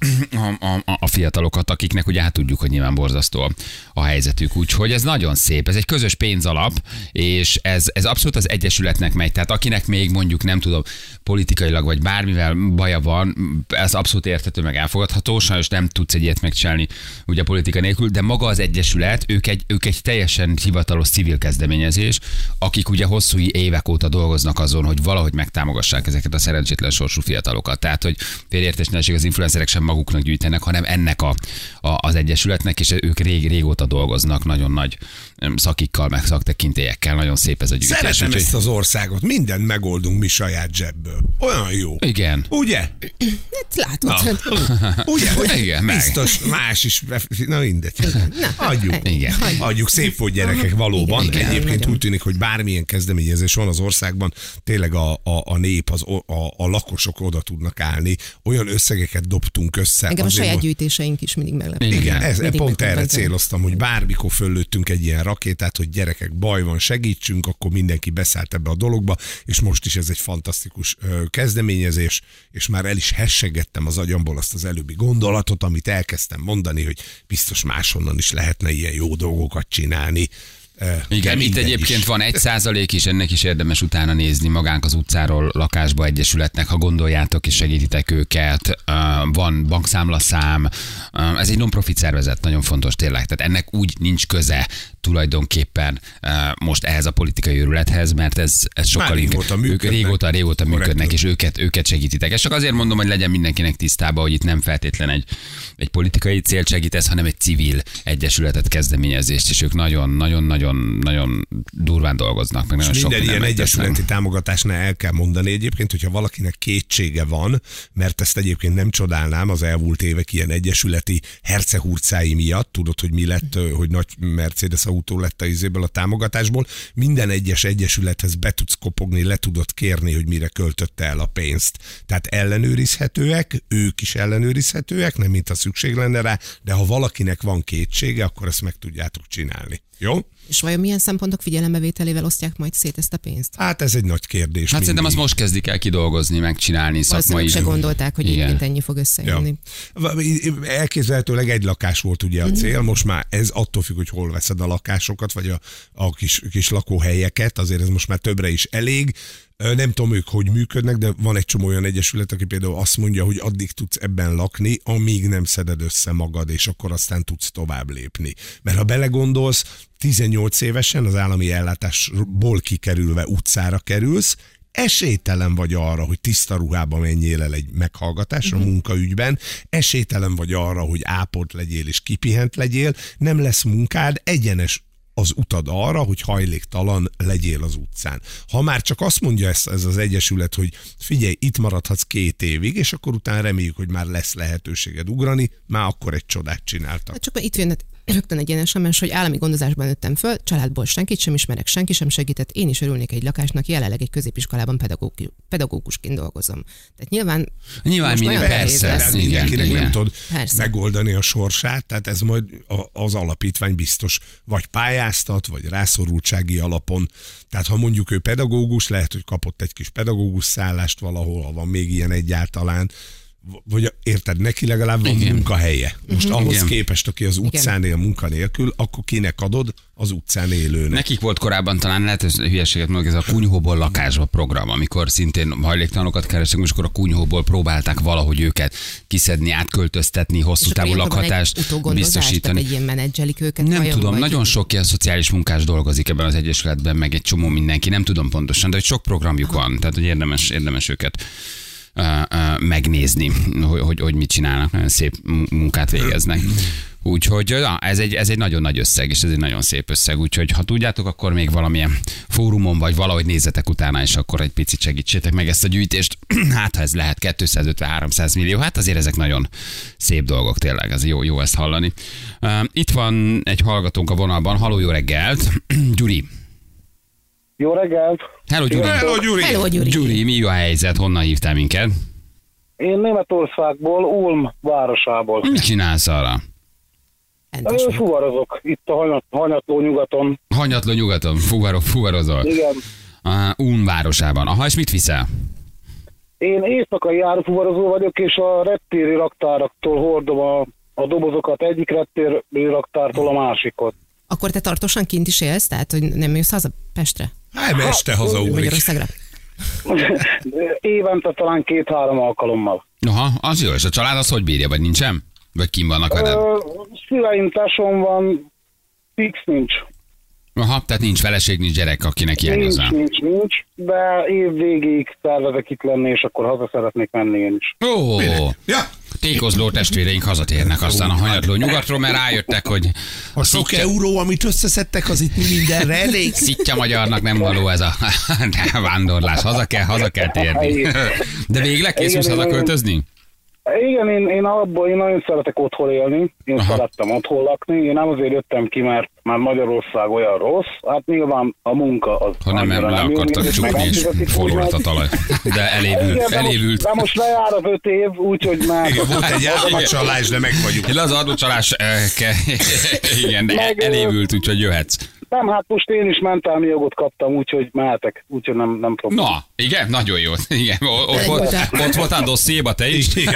Speaker 2: a, a, a fiatalokat, akiknek ugye hát tudjuk, hogy nyilván borzasztó a, a helyzetük, úgyhogy ez nagyon szép, ez egy közös pénzalap, és ez, ez abszolút az Egyesületnek megy, tehát akinek még mondjuk nem tudom, politikailag vagy bármivel baja van, ez abszolút érthető, meg elfogadható, sajnos nem tudsz egy ilyet megcsinálni ugye a politika nélkül, de maga az Egyesület, ők egy, ők egy teljesen hivatalos civil kezdeményezés, akik ugye hosszú évek óta dolgoznak azon, hogy valahogy megtámogassák ezeket a szerencsétlen sorsú fiatalokat. Tehát, hogy félértésnelség az influencerek sem maguknak gyűjtenek, hanem ennek a, a, az Egyesületnek, és ők rég, régóta dolgoznak nagyon nagy em, szakikkal, meg szaktekintélyekkel. Nagyon szép ez a gyűjtés.
Speaker 4: Szeretem
Speaker 2: úgyhogy-
Speaker 4: ezt az országot, mindent megoldunk mi saját zsebből. Olyan jó.
Speaker 2: Igen.
Speaker 4: Ugye?
Speaker 3: Hát látod, hogy-
Speaker 4: Ugye? Hogy
Speaker 2: Hát, Igen, meg.
Speaker 4: biztos más is. befi- Na mindegy.
Speaker 3: Na,
Speaker 4: Adjuk.
Speaker 3: ennyi.
Speaker 2: Igen.
Speaker 4: Adjuk, szép volt gyerekek, valóban.
Speaker 3: Igen,
Speaker 4: Egyébként
Speaker 3: nagyon.
Speaker 4: úgy tűnik, hogy bármilyen kezdeményezés van az országban, tényleg a, a, a nép épp az, a, a lakosok oda tudnak állni. Olyan összegeket dobtunk össze.
Speaker 3: Engem a
Speaker 4: azért,
Speaker 3: saját
Speaker 4: hogy-
Speaker 3: gyűjtéseink is mindig meglepnek.
Speaker 2: Igen.
Speaker 4: igen, ez,
Speaker 3: Mindig
Speaker 4: pont erre
Speaker 3: megdöbbentő.
Speaker 4: céloztam, hogy bármikor föllőttünk egy ilyen rakétát, hogy gyerekek, baj van, segítsünk, akkor mindenki beszállt ebbe a dologba, és most is ez egy fantasztikus ö, kezdeményezés, és már el is hessegettem az agyamból azt az előbbi gondolatot, amit elkezdtem mondani, hogy biztos máshonnan is lehetne ilyen jó dolgokat csinálni. Ö, de
Speaker 2: Igen, itt
Speaker 4: minden
Speaker 2: egyébként
Speaker 4: is.
Speaker 2: van egy százalék is, ennek is érdemes utána nézni magánk az utcáról lakásba egyesületnek, ha gondoljátok és segítitek őket. Ö, Van bankszámlaszám, Ö, ez egy non-profit szervezet, nagyon fontos tényleg. Tehát ennek úgy nincs köze tulajdonképpen ö, most ehhez a politikai őrülethez, mert ez, ez sokkal
Speaker 4: Már
Speaker 2: inkább-
Speaker 4: régóta
Speaker 2: ők
Speaker 4: működnek.
Speaker 2: Régóta, régóta
Speaker 4: Korrekt.
Speaker 2: működnek, és őket, őket segítitek. És csak azért mondom, hogy legyen mindenkinek tisztában, hogy itt nem feltétlen egy, egy politikai cél segítesz, hanem egy civil egyesületet, kezdeményezést, és ők nagyon-nagyon-nagyon-nagyon durván dolgoznak, meg nagyon
Speaker 4: És
Speaker 2: sok
Speaker 4: minden ilyen
Speaker 2: mindent megtesznek.
Speaker 4: egyesületi támogatásnál el kell mondani egyébként, hogyha valakinek kétsége van, mert ezt egyébként nem csodálnám az elmúlt évek ilyen egyesületi hercehurcái miatt, tudod, hogy mi lett, ö, hogy nagy Mercedes autó lett a izéből a támogatásból, minden egyes egyesülethez be tudsz kopogni, le tudod kérni, hogy mire költötte el a pénzt. Tehát ellenőrizhetőek, ők is ellenőrizhetőek, nem mint ha szükség lenne rá, de ha valakinek van kétsége, akkor ezt meg tudjátok csinálni. Jó?
Speaker 3: És vajon milyen szempontok figyelembevételével osztják majd szét ezt a pénzt?
Speaker 4: Hát ez egy nagy kérdés.
Speaker 2: Hát szerintem azt most
Speaker 4: mindig.
Speaker 2: kezdik el kidolgozni, megcsinálni szakmai.
Speaker 3: Valószínűleg se gondolták, hogy
Speaker 2: Igen.
Speaker 3: egyébként ennyi fog összejönni.
Speaker 4: Ja. Elképzelhetőleg egy lakás volt ugye a cél, most már ez attól függ, hogy hol veszed a lakásokat, vagy a, a kis, kis lakóhelyeket, azért ez most már többre is elég. Ö, Nem tudom ők, hogy működnek, de van egy csomó olyan egyesület, aki például azt mondja, hogy addig tudsz ebben lakni, amíg nem szeded össze magad, és akkor aztán tudsz tovább lépni. Mert ha belegondolsz, 18 évesen az állami ellátásból kikerülve utcára kerülsz, esélytelen vagy arra, hogy tiszta ruhában menjél el egy meghallgatásra uh-huh. munkaügyben, esélytelen vagy arra, hogy ápolt legyél és kipihent legyél, nem lesz munkád, egyenes az utad arra, hogy hajléktalan legyél az utcán. Ha már csak azt mondja ez, ez az egyesület, hogy figyelj, itt maradhatsz két évig, és akkor utána reméljük, hogy már lesz lehetőséged ugrani, már akkor egy csodát csináltak.
Speaker 3: Hát csak már itt jön rögtön egy ilyen SMS, hogy állami gondozásban nőttem föl, családból senkit sem ismerek, senki sem segített, én is örülnék egy lakásnak, jelenleg egy középiskolában pedagóg, pedagógusként dolgozom. Tehát nyilván,
Speaker 2: Nyilván
Speaker 3: most
Speaker 2: minden,
Speaker 3: nagyon
Speaker 2: persze,
Speaker 3: nehéz lesz.
Speaker 2: igen,
Speaker 4: mindenkinek
Speaker 2: igen.
Speaker 4: nem tudod
Speaker 3: Persze.
Speaker 4: megoldani a sorsát, tehát ez majd a- az alapítvány biztos vagy pályáztat, vagy rászorultsági alapon. Tehát ha mondjuk ő pedagógus, lehet, hogy kapott egy kis pedagógus szállást valahol, ha van még ilyen egyáltalán, V- vagy érted, neki legalább van Igen. munkahelye. Most ahhoz
Speaker 2: Igen.
Speaker 4: Igen. képest, aki az utcán él munkanélkül, akkor kinek adod az utcán élőnek.
Speaker 2: Nekik volt korábban talán lehet, hogy hülyeséget mondok, ez a kunyhóból lakásba program, amikor szintén hajléktalanokat kerestek, most akkor a kunyhóból próbálták valahogy őket kiszedni, átköltöztetni, hosszú
Speaker 3: és akkor
Speaker 2: távú
Speaker 3: ilyenkor van
Speaker 2: lakatást
Speaker 3: egy utógondozás,
Speaker 2: biztosítani.
Speaker 3: Tehát egy ilyen menedzselik őket.
Speaker 2: Nem
Speaker 3: vajon,
Speaker 2: tudom,
Speaker 3: vagy-
Speaker 2: nagyon sok ilyen szociális munkás dolgozik ebben az egyesületben, meg egy csomó mindenki, nem tudom pontosan, de hogy sok programjuk van, tehát hogy érdemes, érdemes őket uh, uh, megnézni, hogy, hogy, hogy mit csinálnak, nagyon szép mu- munkát végeznek. Úgyhogy na, ez, egy, ez egy nagyon nagy összeg, és ez egy nagyon szép összeg, úgyhogy ha tudjátok, akkor még valamilyen fórumon, vagy valahogy nézzetek utána, és akkor egy picit segítsétek meg ezt a gyűjtést. hát, ha ez lehet 250-300 millió, hát azért ezek nagyon szép dolgok, tényleg, ez jó, jó ezt hallani. Uh, itt van egy hallgatónk a vonalban, haló, jó reggelt, Gyuri.
Speaker 5: Jó reggelt!
Speaker 2: Hello, Gyuri.
Speaker 4: Hello, Gyuri!
Speaker 3: Hello, Gyuri.
Speaker 2: Gyuri, mi a helyzet, honnan hívtál minket?
Speaker 5: Én Németországból, Ulm városából.
Speaker 2: Mit csinálsz arra?
Speaker 3: Entes
Speaker 5: Nagyon
Speaker 3: vagy.
Speaker 5: fuvarozok itt a hanyat, hanyatló nyugaton.
Speaker 2: Hanyatló nyugaton, fuvarok, fuvarozol.
Speaker 5: Igen.
Speaker 2: A Ulm városában. Aha, és mit viszel?
Speaker 5: Én éjszakai árufuvarozó vagyok, és a reptéri raktáraktól hordom a, a dobozokat egyik reptéri raktártól a másikot.
Speaker 3: Akkor te tartósan kint is élsz, tehát hogy nem jössz haza Pestre?
Speaker 4: Hát, mert este hazaugrik.
Speaker 3: Magyarországra?
Speaker 5: Évente talán két-három alkalommal.
Speaker 2: Aha, az jó, és a család az hogy bírja, vagy nincsen? Vagy kim vannak veled?
Speaker 5: Ö, szüleim, tesóm van, fix nincs.
Speaker 2: Aha, tehát nincs feleség, nincs gyerek, akinek
Speaker 5: Nincs,
Speaker 2: hiányozna.
Speaker 5: nincs, nincs, de év végéig tervezek itt lenni, és akkor haza szeretnék menni én is.
Speaker 2: Ó,
Speaker 4: Ja,
Speaker 2: tékozló testvéreink hazatérnek aztán a hanyatló nyugatról, mert rájöttek, hogy
Speaker 4: a sok euró, amit összeszedtek, az itt mi mindenre elég.
Speaker 2: Szitja magyarnak nem való ez a vándorlás. Haza kell, haza kell térni. De végleg készülsz
Speaker 5: Igen,
Speaker 2: haza költözni?
Speaker 5: Igen, én, én abból én nagyon szeretek otthon élni, én
Speaker 2: Aha.
Speaker 5: Aha. szerettem otthon lakni, én nem azért jöttem ki, mert már Magyarország olyan rossz, hát nyilván a munka az...
Speaker 2: Ha nem, nem
Speaker 5: annyira
Speaker 2: le
Speaker 5: jó,
Speaker 2: akartak
Speaker 5: mindig
Speaker 2: csukni, és
Speaker 5: megfizetik,
Speaker 2: forrult a
Speaker 5: úgyhogy-
Speaker 2: talaj. De
Speaker 5: Igen,
Speaker 2: elévült,
Speaker 5: de most,
Speaker 2: elévült.
Speaker 5: de most lejár az öt év, úgyhogy már...
Speaker 4: Igen, volt egy
Speaker 5: Igen.
Speaker 4: állatcsalás, de meg vagyunk.
Speaker 2: Ja, Le az adócsalás, eh, ke- igen, de elévült, úgyhogy jöhetsz.
Speaker 5: Nem, hát most én is mentelmi jogot kaptam, úgyhogy mehetek, úgyhogy nem, nem probléma.
Speaker 2: Na, igen, nagyon jó. Igen, o- ott, volt, ott voltál dosszéba, te is.
Speaker 4: Igen.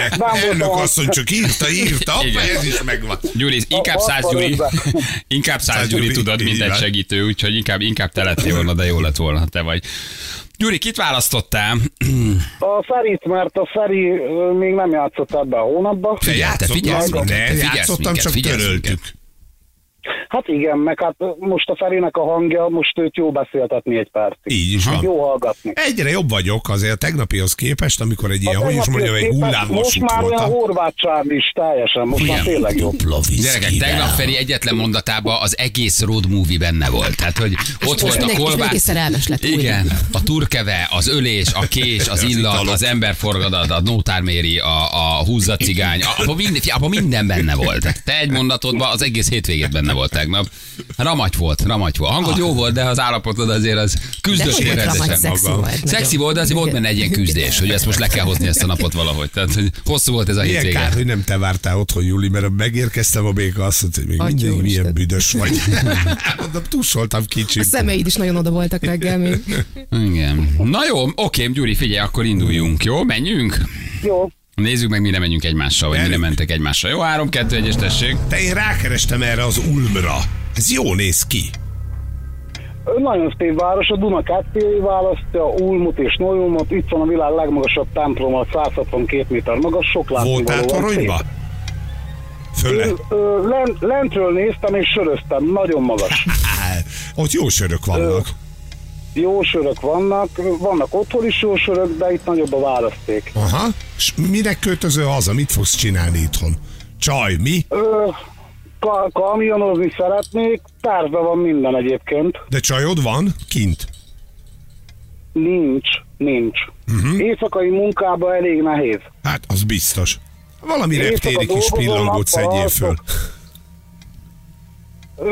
Speaker 4: Elnök asszony csak írta, írta, apa,
Speaker 2: Igen.
Speaker 4: ez is megvan.
Speaker 2: Gyuri, inkább
Speaker 5: A-
Speaker 2: száz
Speaker 5: ott van
Speaker 2: Gyuri,
Speaker 5: ötven.
Speaker 2: inkább száz
Speaker 4: Száz
Speaker 2: Gyuri
Speaker 4: Gyuri,
Speaker 2: tudod, mint
Speaker 4: így
Speaker 2: egy
Speaker 4: van.
Speaker 2: segítő, úgyhogy inkább, inkább te lettél volna, de jó lett volna, ha te vagy. Gyuri, kit választottál?
Speaker 5: A Ferit, mert a Feri ö, még nem játszott ebben a hónapban.
Speaker 2: Te
Speaker 4: Játszott-
Speaker 2: figyelsz
Speaker 4: Ne,
Speaker 2: minket, te figyelsz
Speaker 4: játszottam,
Speaker 2: minket,
Speaker 4: csak
Speaker 2: figyelsz
Speaker 4: töröltük.
Speaker 5: Hát igen, meg hát most a Ferinek a hangja, most őt jó beszéltetni egy percig.
Speaker 4: Így is van.
Speaker 5: Jó hallgatni.
Speaker 4: Egyre jobb vagyok azért a tegnapihoz képest, amikor egy ilyen,
Speaker 5: A
Speaker 4: hogy is
Speaker 5: tegnapihoz
Speaker 4: mondjam, egy
Speaker 5: képest Most
Speaker 4: hullámvasút
Speaker 5: már
Speaker 4: voltam.
Speaker 5: olyan horvát csáv is teljesen, most már tényleg jobb.
Speaker 2: Gyerekek, tegnap Feri egyetlen mondatában az egész road movie benne volt. Tehát, hogy ott volt a
Speaker 3: mindenki- és
Speaker 2: kolbász.
Speaker 3: mindenki szerelmes lett újra.
Speaker 2: Igen, a turkeve, az ölés, a kés, az
Speaker 4: Az
Speaker 2: illat,
Speaker 4: italok.
Speaker 2: az emberforgadat, a nótárméri, a, a húzza cigány. Abban minden, fi- abba minden benne volt. Tehát Te egy mondatodban az egész hétvégét benne volt tegnap. Ramagy volt, ramagy volt. A Hangod jó volt, de az állapotod azért az
Speaker 3: Ah. De
Speaker 2: küzdös
Speaker 3: hogy volt ramagy
Speaker 2: rendesen
Speaker 3: szexi
Speaker 2: maga.
Speaker 3: volt.
Speaker 2: Szexi
Speaker 3: nagyon.
Speaker 2: volt, de azért volt
Speaker 3: Igen.
Speaker 2: benne egy ilyen küzdés, hogy ezt most le kell hozni ezt a napot valahogy. Tehát hogy hosszú volt ez a
Speaker 4: Milyen
Speaker 2: hétvége.
Speaker 4: kár, hogy nem te vártál otthon, Júli, mert megérkeztem a béka, azt mondta, hogy még
Speaker 3: Atya
Speaker 4: mindig
Speaker 3: úristen.
Speaker 4: milyen büdös vagy. Mondom, túlsoltam kicsit.
Speaker 3: A szemeid is nagyon oda voltak reggel még.
Speaker 2: Igen. Na jó, oké, Gyuri, figyelj, akkor induljunk, jó? Menjünk?
Speaker 5: Jó.
Speaker 2: Nézzük meg, mire menjünk egymással, vagy mire
Speaker 4: Menjünk.
Speaker 2: mentek egymással. Jó, 3, 2, 1 és tessék.
Speaker 4: Te én rákerestem erre az Ulmra. Ez jó néz ki.
Speaker 5: Ön Nagyon szép város, a Duna kettői választja, Ulmot és Noulmot, itt van a világ legmagasabb temploma, 162 méter magas, sok
Speaker 4: Voltál
Speaker 5: látnivaló van.
Speaker 4: toronyba?
Speaker 5: Szép.
Speaker 4: Fölle?
Speaker 5: Én, ö, lent, lentről néztem és söröztem, nagyon magas.
Speaker 4: Á, Ott jó sörök vannak.
Speaker 5: Jó sörök vannak, vannak otthon is jó sörök, de itt nagyobb a választék.
Speaker 4: Aha. És minek költözöl haza? Mit fogsz csinálni itthon? Csaj, mi?
Speaker 5: Ö, ka- kamionozni szeretnék, tervben van minden egyébként.
Speaker 4: De csajod van? Kint.
Speaker 5: Nincs, nincs.
Speaker 2: Mhm.
Speaker 5: Uh-huh. Éjszakai munkába elég nehéz.
Speaker 4: Hát, az biztos. Valami
Speaker 5: Éjszaka
Speaker 4: reptéri kis
Speaker 5: dolgozom,
Speaker 4: pillangót
Speaker 5: nappal
Speaker 4: szedjél föl.
Speaker 5: Ö,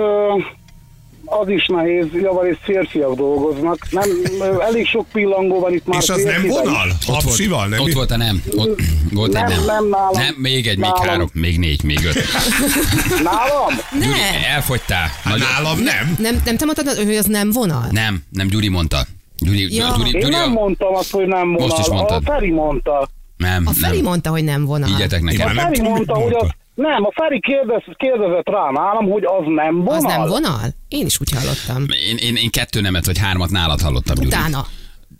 Speaker 5: az is nehéz, javarészt férfiak dolgoznak. Nem, ö, elég sok pillangó van itt már.
Speaker 4: És az nem
Speaker 5: férfiben.
Speaker 4: vonal? Hapsival, nem?
Speaker 2: Ott volt a nem. Ott, volt egy
Speaker 5: Nem,
Speaker 2: nem.
Speaker 5: nem nálam.
Speaker 2: nem, még egy, még
Speaker 5: Nálam.
Speaker 2: három, még négy, még öt.
Speaker 5: Nálam?
Speaker 2: Gyuri,
Speaker 3: Ne!
Speaker 2: elfogytál. Nagyon-
Speaker 4: Nálam nem.
Speaker 3: Nem, nem te mondtad, hogy az nem vonal?
Speaker 2: Nem, nem, Gyuri mondta. Gyuri,
Speaker 3: Ja.
Speaker 2: Gyuri,
Speaker 5: Én
Speaker 2: Gyuri,
Speaker 5: nem
Speaker 2: a...
Speaker 5: mondtam azt, hogy nem vonal.
Speaker 2: Most is mondtad.
Speaker 5: A Feri mondta.
Speaker 2: nem,
Speaker 3: A Feri
Speaker 2: nem.
Speaker 3: mondta, hogy nem vonal.
Speaker 2: Igyetek
Speaker 4: Én
Speaker 5: A
Speaker 2: nekem.
Speaker 4: már nem
Speaker 5: Feri
Speaker 4: tudom, mit
Speaker 5: mondta, hogy az...
Speaker 4: mondta.
Speaker 5: Nem, a Feri kérdez, kérdezett rá nálam, hogy az nem vonal.
Speaker 3: Az nem vonal? Én is úgy hallottam.
Speaker 2: Én, én, én kettő nemet vagy hármat nálad hallottam, Gyuri.
Speaker 3: Utána.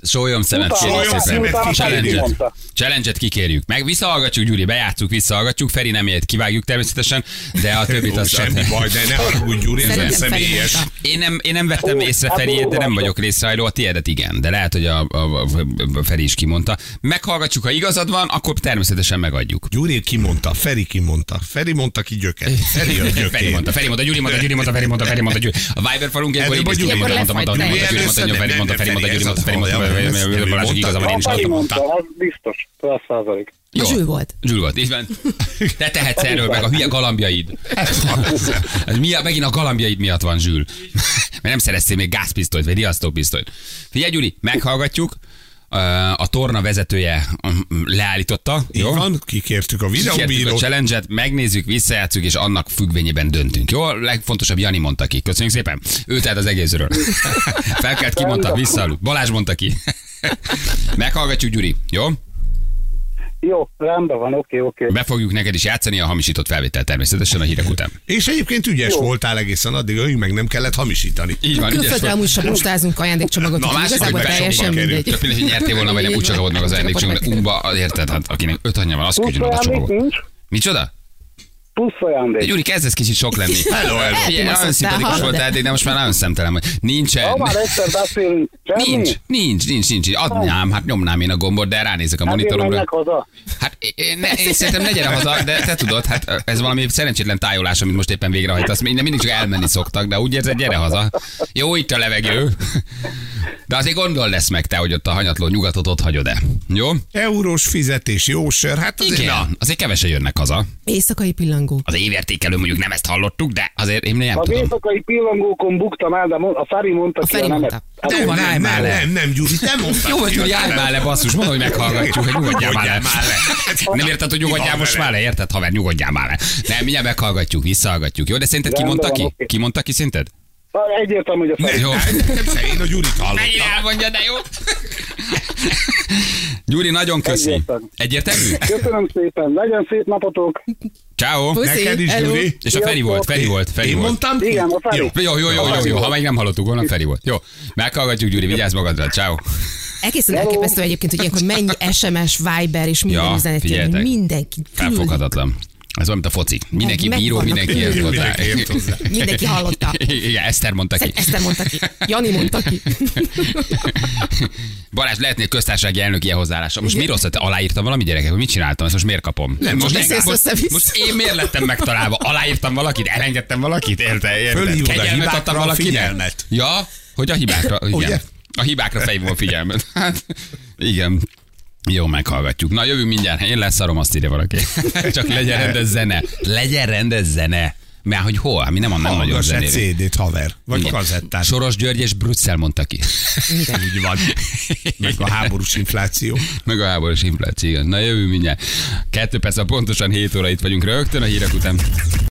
Speaker 2: Szóljam szemet,
Speaker 5: Utána,
Speaker 2: kérlek
Speaker 4: Sólyom
Speaker 2: szépen.
Speaker 4: szemet,
Speaker 2: Challenge-et-
Speaker 4: kikérjük.
Speaker 2: Challenge-et,
Speaker 5: Mondta.
Speaker 2: challenge-et kikérjük. Meg visszahallgatjuk, Gyuri, bejátszuk, visszahallgatjuk. Feri nem ért, kivágjuk természetesen, de a többit
Speaker 4: Ó,
Speaker 2: az...
Speaker 4: semmi baj, de ne haragudj, Gyuri, ez nem
Speaker 3: Szerintem Feri
Speaker 4: személyes.
Speaker 3: mondta.
Speaker 2: Én nem, én nem vettem
Speaker 5: Ó,
Speaker 2: észre
Speaker 5: hát
Speaker 2: Feriét, de nem
Speaker 5: durva.
Speaker 2: vagyok részrehajló, a tiédet igen, de lehet, hogy a, a, a, a Feri is kimondta. Meghallgatjuk, ha igazad van, akkor természetesen megadjuk.
Speaker 4: Gyuri kimondta, Feri kimondta. Feri mondta ki gyöket. Feri a gyökén.
Speaker 2: Feri mondta, Feri mondta, Gyuri mondta, Gyuri mondta, Feri mondta, Feri mondta, Gyuri. A Viber falunk ilyenkor
Speaker 4: Előbb a
Speaker 2: így
Speaker 4: Gyuri
Speaker 2: mondta,
Speaker 3: mondta.
Speaker 2: mondta, mondta, mondta, Gyuri mondta, Gyuri, Feri mondta, Feri mondta, Gyuri mondta, Feri mondta, Gyuri mondta, Gyuri mondta, Balázsik igaza van, én
Speaker 5: A
Speaker 2: is
Speaker 5: Feri
Speaker 2: mondtam.
Speaker 5: mondta, az biztos, 100%.
Speaker 3: Az ő volt.
Speaker 2: Zsül volt, így van. Te tehetsz erről meg a hülye galambjaid. Ez mi a, megint a galambjaid miatt van Zsül. Mert nem szereztél még gázpisztolyt, vagy riasztópisztolyt. Figyelj, Gyuri, meghallgatjuk. Ö, A torna vezetője ö, leállította.
Speaker 4: Így
Speaker 2: Jó?
Speaker 4: van, kikértük a
Speaker 2: Kikértük a
Speaker 4: videóbírót.
Speaker 2: challenge-et, megnézzük, visszajátszuk, és annak függvényében döntünk. Jó? A legfontosabb Jani mondta ki. Köszönjük szépen. Ő tehát az egészről. Felkelt ki, mondta, visszaállult. Balázs mondta ki. Meghallgatjuk, Gyuri. Jó?
Speaker 5: Jó, rendben van, oké, oké.
Speaker 2: Be fogjuk neked is játszani a hamisított felvétel természetesen a hírek után.
Speaker 4: És egyébként ügyes
Speaker 5: Jó.
Speaker 4: voltál egészen addig, amíg meg nem kellett hamisítani.
Speaker 2: Így van, ügyes
Speaker 3: Külföldre
Speaker 2: vagy.
Speaker 3: amúgy sem postázunk ajándékcsomagot,
Speaker 4: Na,
Speaker 3: úgyhogy
Speaker 4: másik,
Speaker 3: igazából
Speaker 4: hogy
Speaker 3: teljesen
Speaker 4: besokba kerül.
Speaker 3: mindegy.
Speaker 2: Csak mindegy, hogy nyertél volna, vagy nem,
Speaker 3: Így
Speaker 2: úgy
Speaker 3: van.
Speaker 2: csatolod meg az
Speaker 3: Csapod
Speaker 2: ajándékcsomag,
Speaker 3: meg.
Speaker 2: de umba, érted, hát akinek öt anyja van, az
Speaker 5: Tudsz
Speaker 2: küldjön oda a
Speaker 5: olyan még
Speaker 2: csomagot.
Speaker 5: nincs?
Speaker 2: Micsoda?
Speaker 5: plusz ajándék.
Speaker 2: Gyuri, kezd ez kicsit sok lenni. Hello, hello. Figyelj,
Speaker 3: Elkimasztottál,
Speaker 2: nagyon szimpatikus
Speaker 3: hallod?
Speaker 2: volt eddig, de most már nagyon szemtelen vagy. Nincsen.
Speaker 5: Ha már egyszer beszélünk, semmi?
Speaker 2: Nincs, nincs, nincs, nincs. Adnám, hát nyomnám én a gombot, de ránézek a
Speaker 5: Hát én
Speaker 2: monitoromra.
Speaker 5: menjek haza.
Speaker 2: Hát én, ne, én szerintem ne gyere haza, de te tudod, hát ez valami szerencsétlen tájolás, amit most éppen végrehajtasz. Minden mindig csak elmenni szoktak, de úgy érzed, gyere haza. Jó itt a levegő. De azért gondol lesz meg te, hogy ott a hanyatló nyugatot ott hagyod-e. Jó?
Speaker 4: Eurós fizetés, jó sör, hát azért na.
Speaker 2: Igen, azért kevesen jönnek haza.
Speaker 3: Éjszakai pillangó.
Speaker 2: Az évértékelő mondjuk nem ezt hallottuk, de azért én nem
Speaker 5: Az
Speaker 2: tudom.
Speaker 5: éjszakai pillangókon buktam el, de mon- a Fári mondta
Speaker 3: A
Speaker 5: ki
Speaker 3: Feri
Speaker 5: a nemet. Hát
Speaker 3: mondta.
Speaker 2: Jó
Speaker 4: Nem,
Speaker 2: van, állj
Speaker 4: nem,
Speaker 2: már
Speaker 4: nem,
Speaker 2: le.
Speaker 4: nem, nem, Gyuri, nem mondtad
Speaker 2: Jó, hogy
Speaker 4: ki,
Speaker 2: Gyuri, állj már le, basszus, mondom, hogy meghallgatjuk, hogy nyugodjál már le.
Speaker 4: Nyugodjál már le.
Speaker 2: Nem érted, hogy
Speaker 4: Mi
Speaker 2: nyugodjál
Speaker 4: van
Speaker 2: most
Speaker 4: vele?
Speaker 2: már le, érted, haver, nyugodjál már le. Nem, mindjárt meghallgatjuk, visszahallgatjuk. Jó, de szerinted ki
Speaker 5: Rendben
Speaker 2: mondta
Speaker 5: van,
Speaker 2: ki?
Speaker 5: oké.
Speaker 2: Ki mondta ki szerinted?
Speaker 5: Hát Egyértelmű, hogy a Feri.
Speaker 2: Jó.
Speaker 4: Nem, se, én a Gyurit
Speaker 2: Mennyire
Speaker 4: hallottam.
Speaker 2: elmondja, de jó. Gyuri, nagyon köszi.
Speaker 5: Egyértelmű.
Speaker 2: Egyértelmű?
Speaker 5: Köszönöm szépen, legyen szép napotok.
Speaker 2: Ciao.
Speaker 3: Puszi.
Speaker 4: Neked is,
Speaker 3: Hello.
Speaker 4: Gyuri.
Speaker 2: És a Feri volt, Feri volt, Feri
Speaker 4: Én
Speaker 2: volt.
Speaker 4: mondtam ki?
Speaker 5: Igen, a Feri.
Speaker 4: Jó.
Speaker 2: Jó, jó, jó, jó, jó, ha meg nem hallottuk volna, Feri volt. Jó, meghallgatjuk, Gyuri, vigyázz magadra, ciao.
Speaker 3: Egészen
Speaker 5: Hello.
Speaker 3: elképesztő egyébként, hogy ilyenkor mennyi SMS, Viber és minden
Speaker 2: Ja,
Speaker 3: ja, üzenet jön,
Speaker 2: figyeljetek.
Speaker 3: hogy mindenki küld,
Speaker 2: Felfoghatatlan. Ez olyan, mint a foci. Mindenki
Speaker 3: Meg-
Speaker 2: bíró,
Speaker 3: megvannak
Speaker 2: mindenki ért
Speaker 4: őrülve.
Speaker 2: hozzá.
Speaker 4: Mindenki ért hozzá.
Speaker 3: Mindenki hallotta.
Speaker 2: Igen, Eszter mondta ki.
Speaker 3: Eszter mondta ki, Jani mondta ki.
Speaker 2: Balázs, lehetnél köztársasági elnök ilyen hozzáállása. Most mi rossz? Te aláírtam valami gyerekek? Hogy Mit csináltam? Ezt most miért kapom?
Speaker 4: Nem,
Speaker 2: most,
Speaker 4: csak
Speaker 2: engem-
Speaker 3: beszélsz
Speaker 2: most,
Speaker 3: össze-vissza.
Speaker 2: most, én miért lettem megtalálva? Aláírtam valakit? Elengedtem valakit? Érte? érte?
Speaker 4: Fölhívod a hibákra
Speaker 2: adtam
Speaker 4: a
Speaker 2: valakinek?
Speaker 4: figyelmet.
Speaker 2: Ja, hogy a hibákra.
Speaker 4: Ugye?
Speaker 2: Igen. A hibákra fejvom a figyelmet. Hát, igen. Jó, meghallgatjuk. Na, jövünk mindjárt. Én leszarom, azt írja valaki. Csak legyen rendes zene. Legyen rendes zene. Mert hogy hol? Mi nem a nem nagyon
Speaker 4: Hallgass egy
Speaker 2: zenére.
Speaker 4: CD-t, haver. Vagy
Speaker 2: Igen.
Speaker 4: kazettát.
Speaker 2: Soros György és Brüsszel mondta ki.
Speaker 4: Így van. Meg a háborús infláció.
Speaker 2: Meg a háborús infláció. igen. Na jövő mindjárt. Kettő perc, a pontosan 7 óra itt vagyunk rögtön a hírek után.